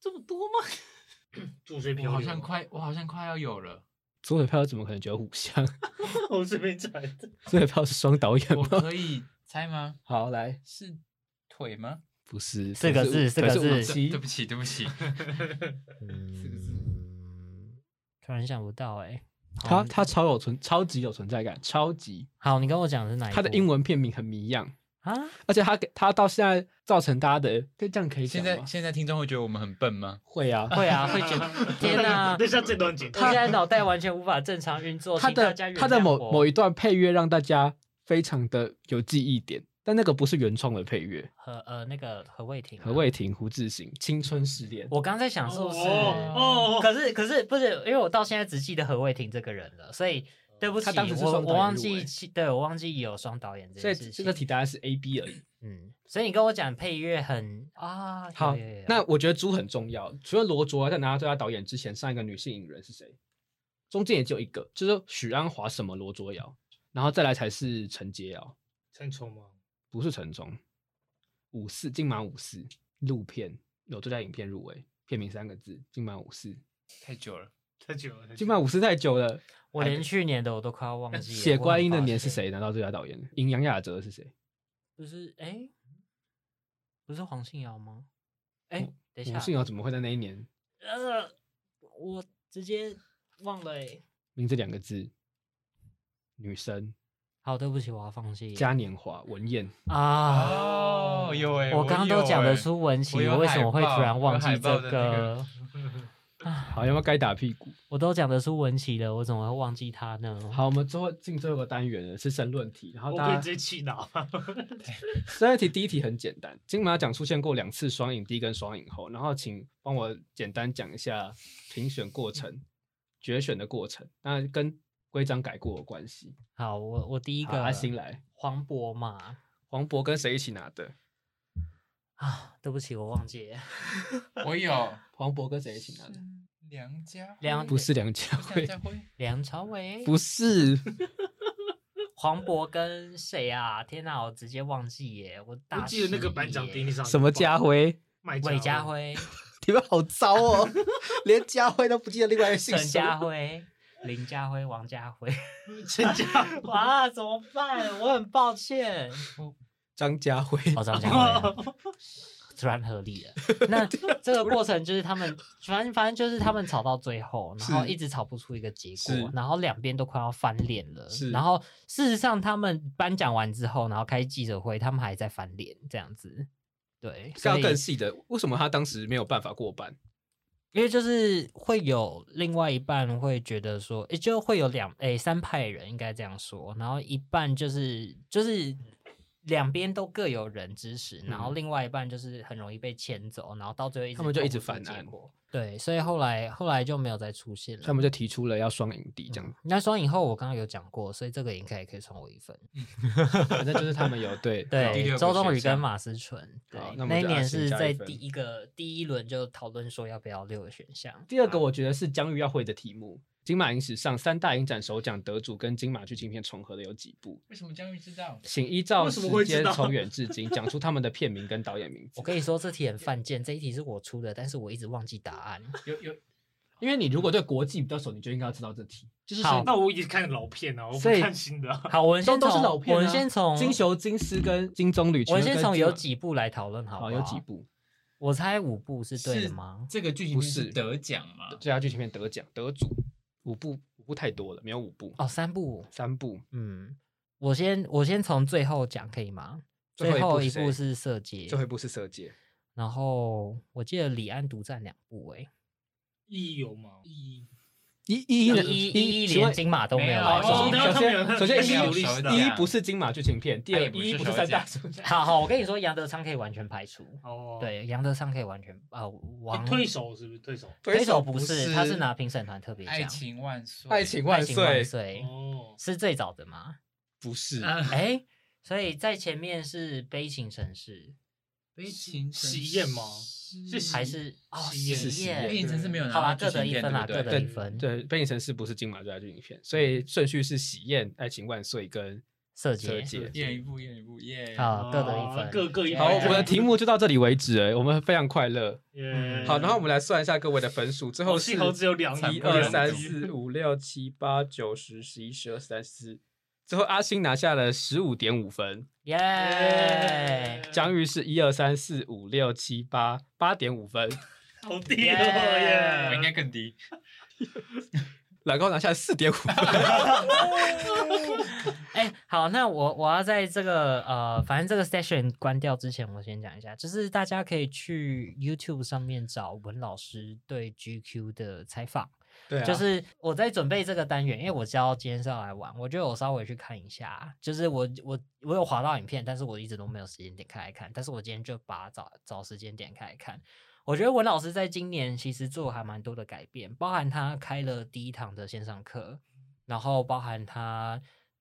S1: 这么多吗？
S4: 注水
S3: 我
S4: 漂
S3: 好
S4: 流
S3: 像，快，我好像快要有了，
S2: 左腿票怎么可能只有五项？
S4: 我随便猜的。
S2: 左腿票是双导演
S3: 我
S2: 吗？
S3: 可以猜吗？
S2: 好，来，
S3: 是腿吗？
S2: 不是
S1: 四个字四个字
S2: 五
S3: 对
S2: 七
S3: 对不起，对不起，
S1: 嗯，突然想不到哎、好
S2: 他
S1: 你
S2: 他超有存，超级有存在感，超级。
S1: 好，你跟哎我讲的是哪一部？
S2: 他的英文片名很迷样，
S1: 啊，
S2: 而且他给他到现在造成大家的，这这样可以
S3: 现
S2: 讲
S3: 在
S2: 吗？
S3: 现在听众会觉得我们很笨吗？
S2: 会啊，
S1: 会啊，会觉 得天哪、
S4: 等一下这段剪
S1: 我
S4: 掉。
S1: 现在脑袋完全无法正常运作。
S2: 他
S1: 呃请
S2: 的
S1: 大家原
S2: 他的
S1: 谅
S2: 某
S1: 我
S2: 某一段配乐让大家非常的有记忆点，但那个不是原创的配乐，
S1: 何呃那个何卫廷、
S2: 何卫？廷、胡志行《青春失恋》。
S1: 我刚在想是不是？
S4: 哦，哦
S1: 可是可是不是，因为我到现在只记得何卫廷这个人了，所以对不起
S2: 他当时，是
S1: 我
S2: 双导
S1: 我
S2: 演
S1: 忘
S2: 入
S1: 记
S2: 围
S1: 其，对我忘记有双导演这
S2: 所以
S1: 件事
S2: 这
S1: 情。
S2: 个题答案是 A B 而已。
S1: 嗯，所以你跟我讲配乐很啊，有
S2: 好
S1: 有有有，
S2: 那我觉得猪很重要。除了罗卓在拿到最佳导演之前，上一个女性影人是谁？中间也只有一个，就是许鞍华什么罗卓瑶，然后再来才是陈洁瑶，
S4: 陈虫吗？
S2: 不是陈忠。五四金马五四录片有最佳影片入围，片名三个字，金马五四。
S3: 太久了，
S4: 太久了，太久了
S2: 金马五四太久了。
S1: 我连去年的我都快要忘记了。
S2: 写
S1: 我很
S2: 观音的
S1: 抱
S2: 年是
S1: 歉？
S2: 谁拿到最佳导演？赢杨雅哲是谁？
S1: 不是哎、不是黄信尧吗？哎、等一
S2: 吴
S1: 下，
S2: 信尧怎么会在那一年
S1: 呃，我直接忘了哎、
S2: 名字两个字？女生
S1: 好，对不起，我要放弃
S2: 嘉年华文燕。
S1: 啊！
S3: 哦，有哎、
S1: 我刚刚都
S3: 有
S1: 讲得
S3: 欸
S1: 出文琪，
S3: 我有
S1: 我为什
S3: 海
S1: 么会突
S3: 报
S1: 然
S3: 有
S1: 忘记
S3: 海
S1: 这
S3: 报的那个
S1: 个？ 啊
S2: 好，要不要该打屁股？
S1: 我都讲得出文琪了，我怎么会忘记他呢？
S2: 好，我们最后进最后一个单元了，是申论题。然后
S4: 我
S2: 大
S4: 可以
S2: 家
S4: 直接气恼。
S2: 申论题第一题很简单，金马奖出现过两次双影帝跟双影后，然后请帮我简单讲一下评选过程、决选的过程，那跟规章改过有关系。
S1: 好，我我第一
S2: 一
S1: 个
S3: 啊
S2: 阿星来，
S1: 黄渤嘛
S2: 黄渤跟谁一起拿的？
S1: 啊，对不起，我忘记了
S3: 我有
S2: 黄渤跟谁一起拿的？
S3: 梁家辉
S1: 梁
S2: 不是梁家
S3: 不是梁
S2: 辉，
S3: 家辉，
S1: 梁朝伟
S2: 不是
S1: 黄渤跟谁啊？天哪，我直接忘记耶！我
S4: 我
S1: 大
S4: 记得那个
S1: 失忆
S4: 班长
S1: 耶
S4: 顶你上
S5: 什么家辉？
S4: 麦
S1: 韦
S4: 家
S1: 家，辉、
S5: 你们好糟哦，连家辉都不记得另外一个姓
S1: 陈
S5: 什
S1: 家
S5: 么。
S1: 辉、林家辉、王家辉。
S4: 陈家辉
S1: 哇，怎么办？我很抱歉。
S5: 张家辉，
S1: 哦，张家辉 啊突然合理了。 那这个过程就是他们，反正反正就是他们吵到最后，然后
S5: 是
S1: 一直吵不出一个结
S5: 是
S1: 果，然后两边都快要翻脸了
S5: 是。
S1: 然后事实上，他们颁奖完之后，然后开记者会，他们还在翻脸这样子。对，
S2: 这
S1: 所
S2: 要
S1: 以
S2: 更细的，为什么他当时没有办法过半？
S1: 因为就是会有另外一半会觉得说，诶、就会有两诶、三派人应该这样说，然后一半就是就是两边都各有人支持，然后另外一半就是很容易被牵走，然后到最后一直
S2: 嗯他们就一直
S1: 做不出
S2: 反
S1: 结
S2: 弹
S1: 果。对，所以后来后来就没有再出现了。嗯
S2: 他们就提出了要双影帝这样，
S1: 那双影后我刚刚有讲过，所以这个应该也可以算我一分。
S2: 反正就是他们有对
S3: 第
S1: 对
S3: 六，个
S1: 周冬雨
S3: 选项
S1: 跟马思纯，对
S2: 好那，我
S1: 那
S2: 们
S1: 一
S2: 就按
S1: 年
S2: 剩
S1: 是
S2: 下一
S1: 在
S2: 分
S1: 第一个第一轮就讨论说要不要六个选项。
S2: 第二个我觉得是姜育要会的题目。金马影史上三大影展首奖得主跟金马剧情片重合的有几部？
S3: 为什么江玉知道？
S2: 请依照
S4: 为
S2: 时
S4: 什么会知
S2: 间
S4: 道
S2: 从远至今讲出他们的片名跟导演名字
S1: 我。跟你说，这题很犯贱，这一题是我出的，但是我一直忘记答案。
S3: 有有
S2: 因为你如果对国际比较熟，你就应该要知道这题。就是
S1: 好
S2: 像
S4: 那我一直看老片啊，我不
S2: 所以
S4: 看新的啊。
S1: 好，我们先
S2: 都都是
S1: 从
S2: 老片啊
S1: 我们先从
S2: 金，球、金狮跟金棕榈，
S1: 我们先从有
S2: 全
S1: 几部来讨论好
S2: 部
S1: 不
S2: 跟
S1: 好？
S2: 金马好有几？部
S1: 我猜五部是对的吗？
S3: 这个剧情
S2: 不
S3: 片是
S2: 是
S3: 得奖吗？
S2: 最佳剧情片得奖得主，五部五部太多了，没有五部，
S1: 哦，三部。
S2: 三部。
S1: 嗯，我先我先从最后讲可以吗？最
S2: 最后
S1: 后
S2: 一
S1: 一
S2: 部是
S1: 部
S2: 谁
S1: 是色戒
S2: 最，后一部是《色戒》，
S1: 然后我记得李安独占两部欸诶、
S4: 意义有 吗？意义
S2: 一一
S1: 欸，
S2: 的
S1: 一一一
S2: 请
S1: 连
S2: 问
S1: 金马都没有
S3: 没有
S1: 来
S3: 哦
S1: 说
S3: 哦
S4: 等一下他们有
S2: 首先
S4: 他们有
S2: 一
S4: 历史
S2: 一
S3: 的
S2: 不是金马剧情片，第
S3: 它
S2: 二
S3: 也不是
S2: 一不是
S3: 首
S2: 三大
S3: 奖
S2: 首奖，
S1: 好好，我跟你说，杨德昌可以完全排除。
S4: 哦，
S1: 对，杨德昌可以完全啊，
S4: 欸
S1: 王
S4: 推手是不是推手？
S1: 推手
S5: 不
S1: 不是，他是拿评审团特别
S3: 爱
S1: 奖。
S3: 情万岁，
S2: 爱情
S1: 爱
S2: 万
S1: 情万
S2: 岁，
S1: 岁
S4: 哦，
S1: 是最早的吗？
S2: 不是
S3: 啊
S1: 哎、所以在前面是悲情城市
S3: 悲情城
S4: 喜宴吗
S3: 市
S4: 是
S1: 还是哦
S4: 喜宴
S1: 喜
S2: 是喜宴
S3: 悲
S1: 宴？
S3: 情城市没有拿
S1: 好啦，
S3: 到
S1: 各
S3: 剧情
S1: 得一
S3: 片
S1: 分啦，
S3: 对
S1: 各得
S3: 不对
S1: 一分。，
S2: 对，《悲情城市》不是金马最佳剧情片，所以顺序是《喜宴》《爱情万岁》跟
S1: 色
S2: 《色
S1: 戒
S2: 戒》。
S3: 一人一部，一人一部，耶！
S1: 好，各得一
S4: 哦
S1: 分。
S4: 各各一分
S2: 好，我们的题目就到这里为止，哎，我们非常快乐。
S4: 耶
S2: 嗯好，然后我们来算一下各位的分数，最后
S4: 我
S2: 是
S4: 嗯幸好只有两
S2: 一
S4: 题
S2: 二
S4: 两
S2: 三
S4: 题
S2: 四五六七八九十十一十二十三十四。最后阿星拿下了十五点五分，
S1: 耶、
S2: 江玉是一二三四五六七八八点五分，
S4: 好低
S1: 耶
S4: 哦耶！
S3: 我应该更低，
S2: 老高拿下四点五分。
S1: 哎、好，那我我要在这个呃，反正这个 session 关掉之前，我先讲一下，就是大家可以去 YouTube 上面找文老师对 GQ 的采访。
S2: 对啊，
S1: 就是我在准备这个单元，因为我知道今天是要来玩，我就有稍微去看一下。就是我我我有划到影片，但是我一直都没有时间点开来看。但是我今天就把它找找时间点开来看。我觉得文老师在今年其实做还蛮多的改变，包含他开了第一堂的线上课，然后包含他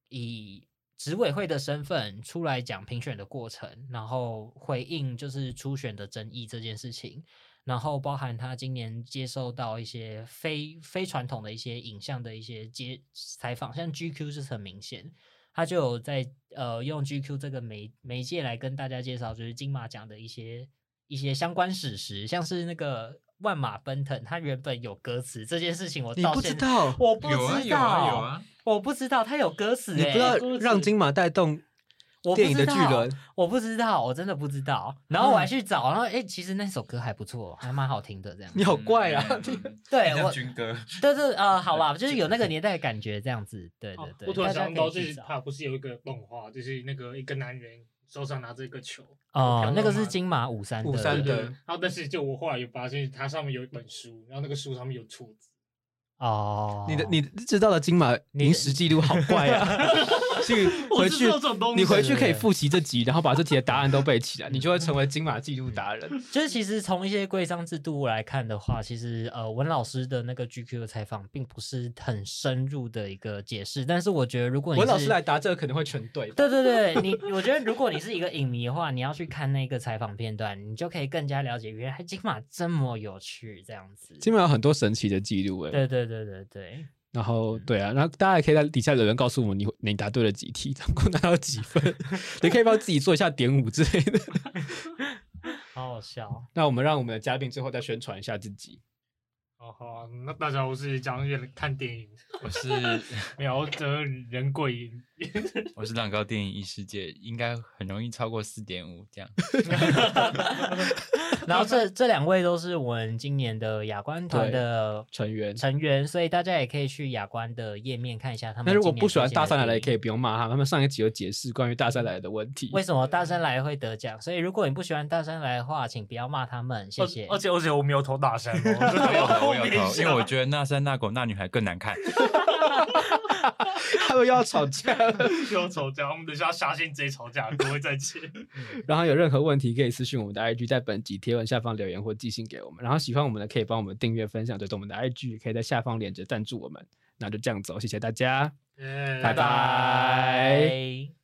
S1: 以执委会的身份出来讲评选的过程，然后回应就是初选的争议这件事情。然后包含他今年接受到一些非非传统的一些影像的一些接采访，像 GQ 是很明显，他就有在呃用 GQ 这个媒媒介来跟大家介绍，就是金马奖的一些一些相关史实，像是那个万马奔腾，它原本有歌词这件事情，我
S2: 你
S1: 到
S2: 不
S1: 现
S2: 知道，
S1: 我不知道，
S3: 有啊有啊有啊！
S1: 我不知道它有歌词、欸，
S2: 你不知道让金马带动
S1: 我不
S2: 电影的
S1: 知
S2: 巨
S1: 道
S2: 人，
S1: 我不知道，我真的不知道。然后我
S2: 嗯
S1: 还去找，然后哎、诶其实那首歌还不错，还蛮好听的，这样。
S2: 你好怪
S3: 嗯
S2: 啊！
S1: 对
S3: 很像
S1: 我
S3: 哎军歌，
S1: 但是呃，好吧，就是有那个年代的感觉这样子，对
S4: 哦
S1: 对对。
S4: 我突然
S1: 大家
S4: 想到，
S1: 可
S4: 就
S1: 以
S4: 是
S1: 去找
S4: 怕不是有一个动画，就是那个一个男人手上拿着一个球，
S1: 哦，那个
S4: 我看到
S1: 是
S4: 吗
S1: 金马五三的
S2: 五三
S4: 对
S2: 的
S4: 然后但是就我后来有发现，它上面有一本书，然后那个书上面有兔子，
S1: 哦，
S2: 你的你知道的金马
S1: 你
S2: 临时记录好怪 啊！ 去回去
S4: 我知道这种东西
S2: 你回去可以复习这集，然后把这题的答案都背起来，你就会成为金马记录达人。
S1: 就是其实从一些规章制度来看的话，其实呃文老师的那个 GQ 的采访并不是很深入的一个解释，但是我觉得如果你
S2: 文老
S1: 是
S2: 师来答这个可能会全对吧。
S1: 对对对，你我觉得如果你是一个影迷的话，你要去看那个采访片段，你就可以更加了解原来金马这么有趣这样子。
S2: 金马有很多神奇的记录哎，
S1: 对对对对对，
S2: 然后对啊，然后大家也可以在底下留言告诉我们你你答对了几题，总共拿到几分。 你可以帮自己做一下点五之类的。
S1: 好好笑哦。
S2: 那我们让我们的嘉宾最后再宣传一下自己。
S4: 哦好啊，那大家好，我是讲远看电影，
S3: 我是
S4: 苗泽人贵 影，
S3: 我是浪高电影异世界，应该很容易超过四点五这样。
S1: 然后这这两位都是我们今年的亚观团的
S2: 成员
S1: 成员，所以大家也可以去亚观的页面看一下他们。
S2: 那如果不喜欢大三来的，也可
S1: 以。
S2: 以不用骂他们。他们上一集有解释关于大三来的问题。
S1: 为什么
S2: 嗯
S1: 大三来会得奖？所以如果你不喜欢大三来的话，请不要骂他们，谢谢。
S4: 而且而且我没有投大山哦，
S3: 我有投，我
S4: 我
S3: 有投，因为我觉得那山那狗那女孩更难看。
S2: 他们又要吵架了？
S4: 得有吵架，我们等一下下线直接吵架，各位再 见。
S2: 然后有任何问题可以私信我们的 IG，在本集贴文下方留言或寄信给我们。然后喜欢我们的可以帮我们订阅、分享，追踪我们的 IG，也可以在下方链接赞助我们。那就这样子哦，谢谢大家。拜拜
S1: 拜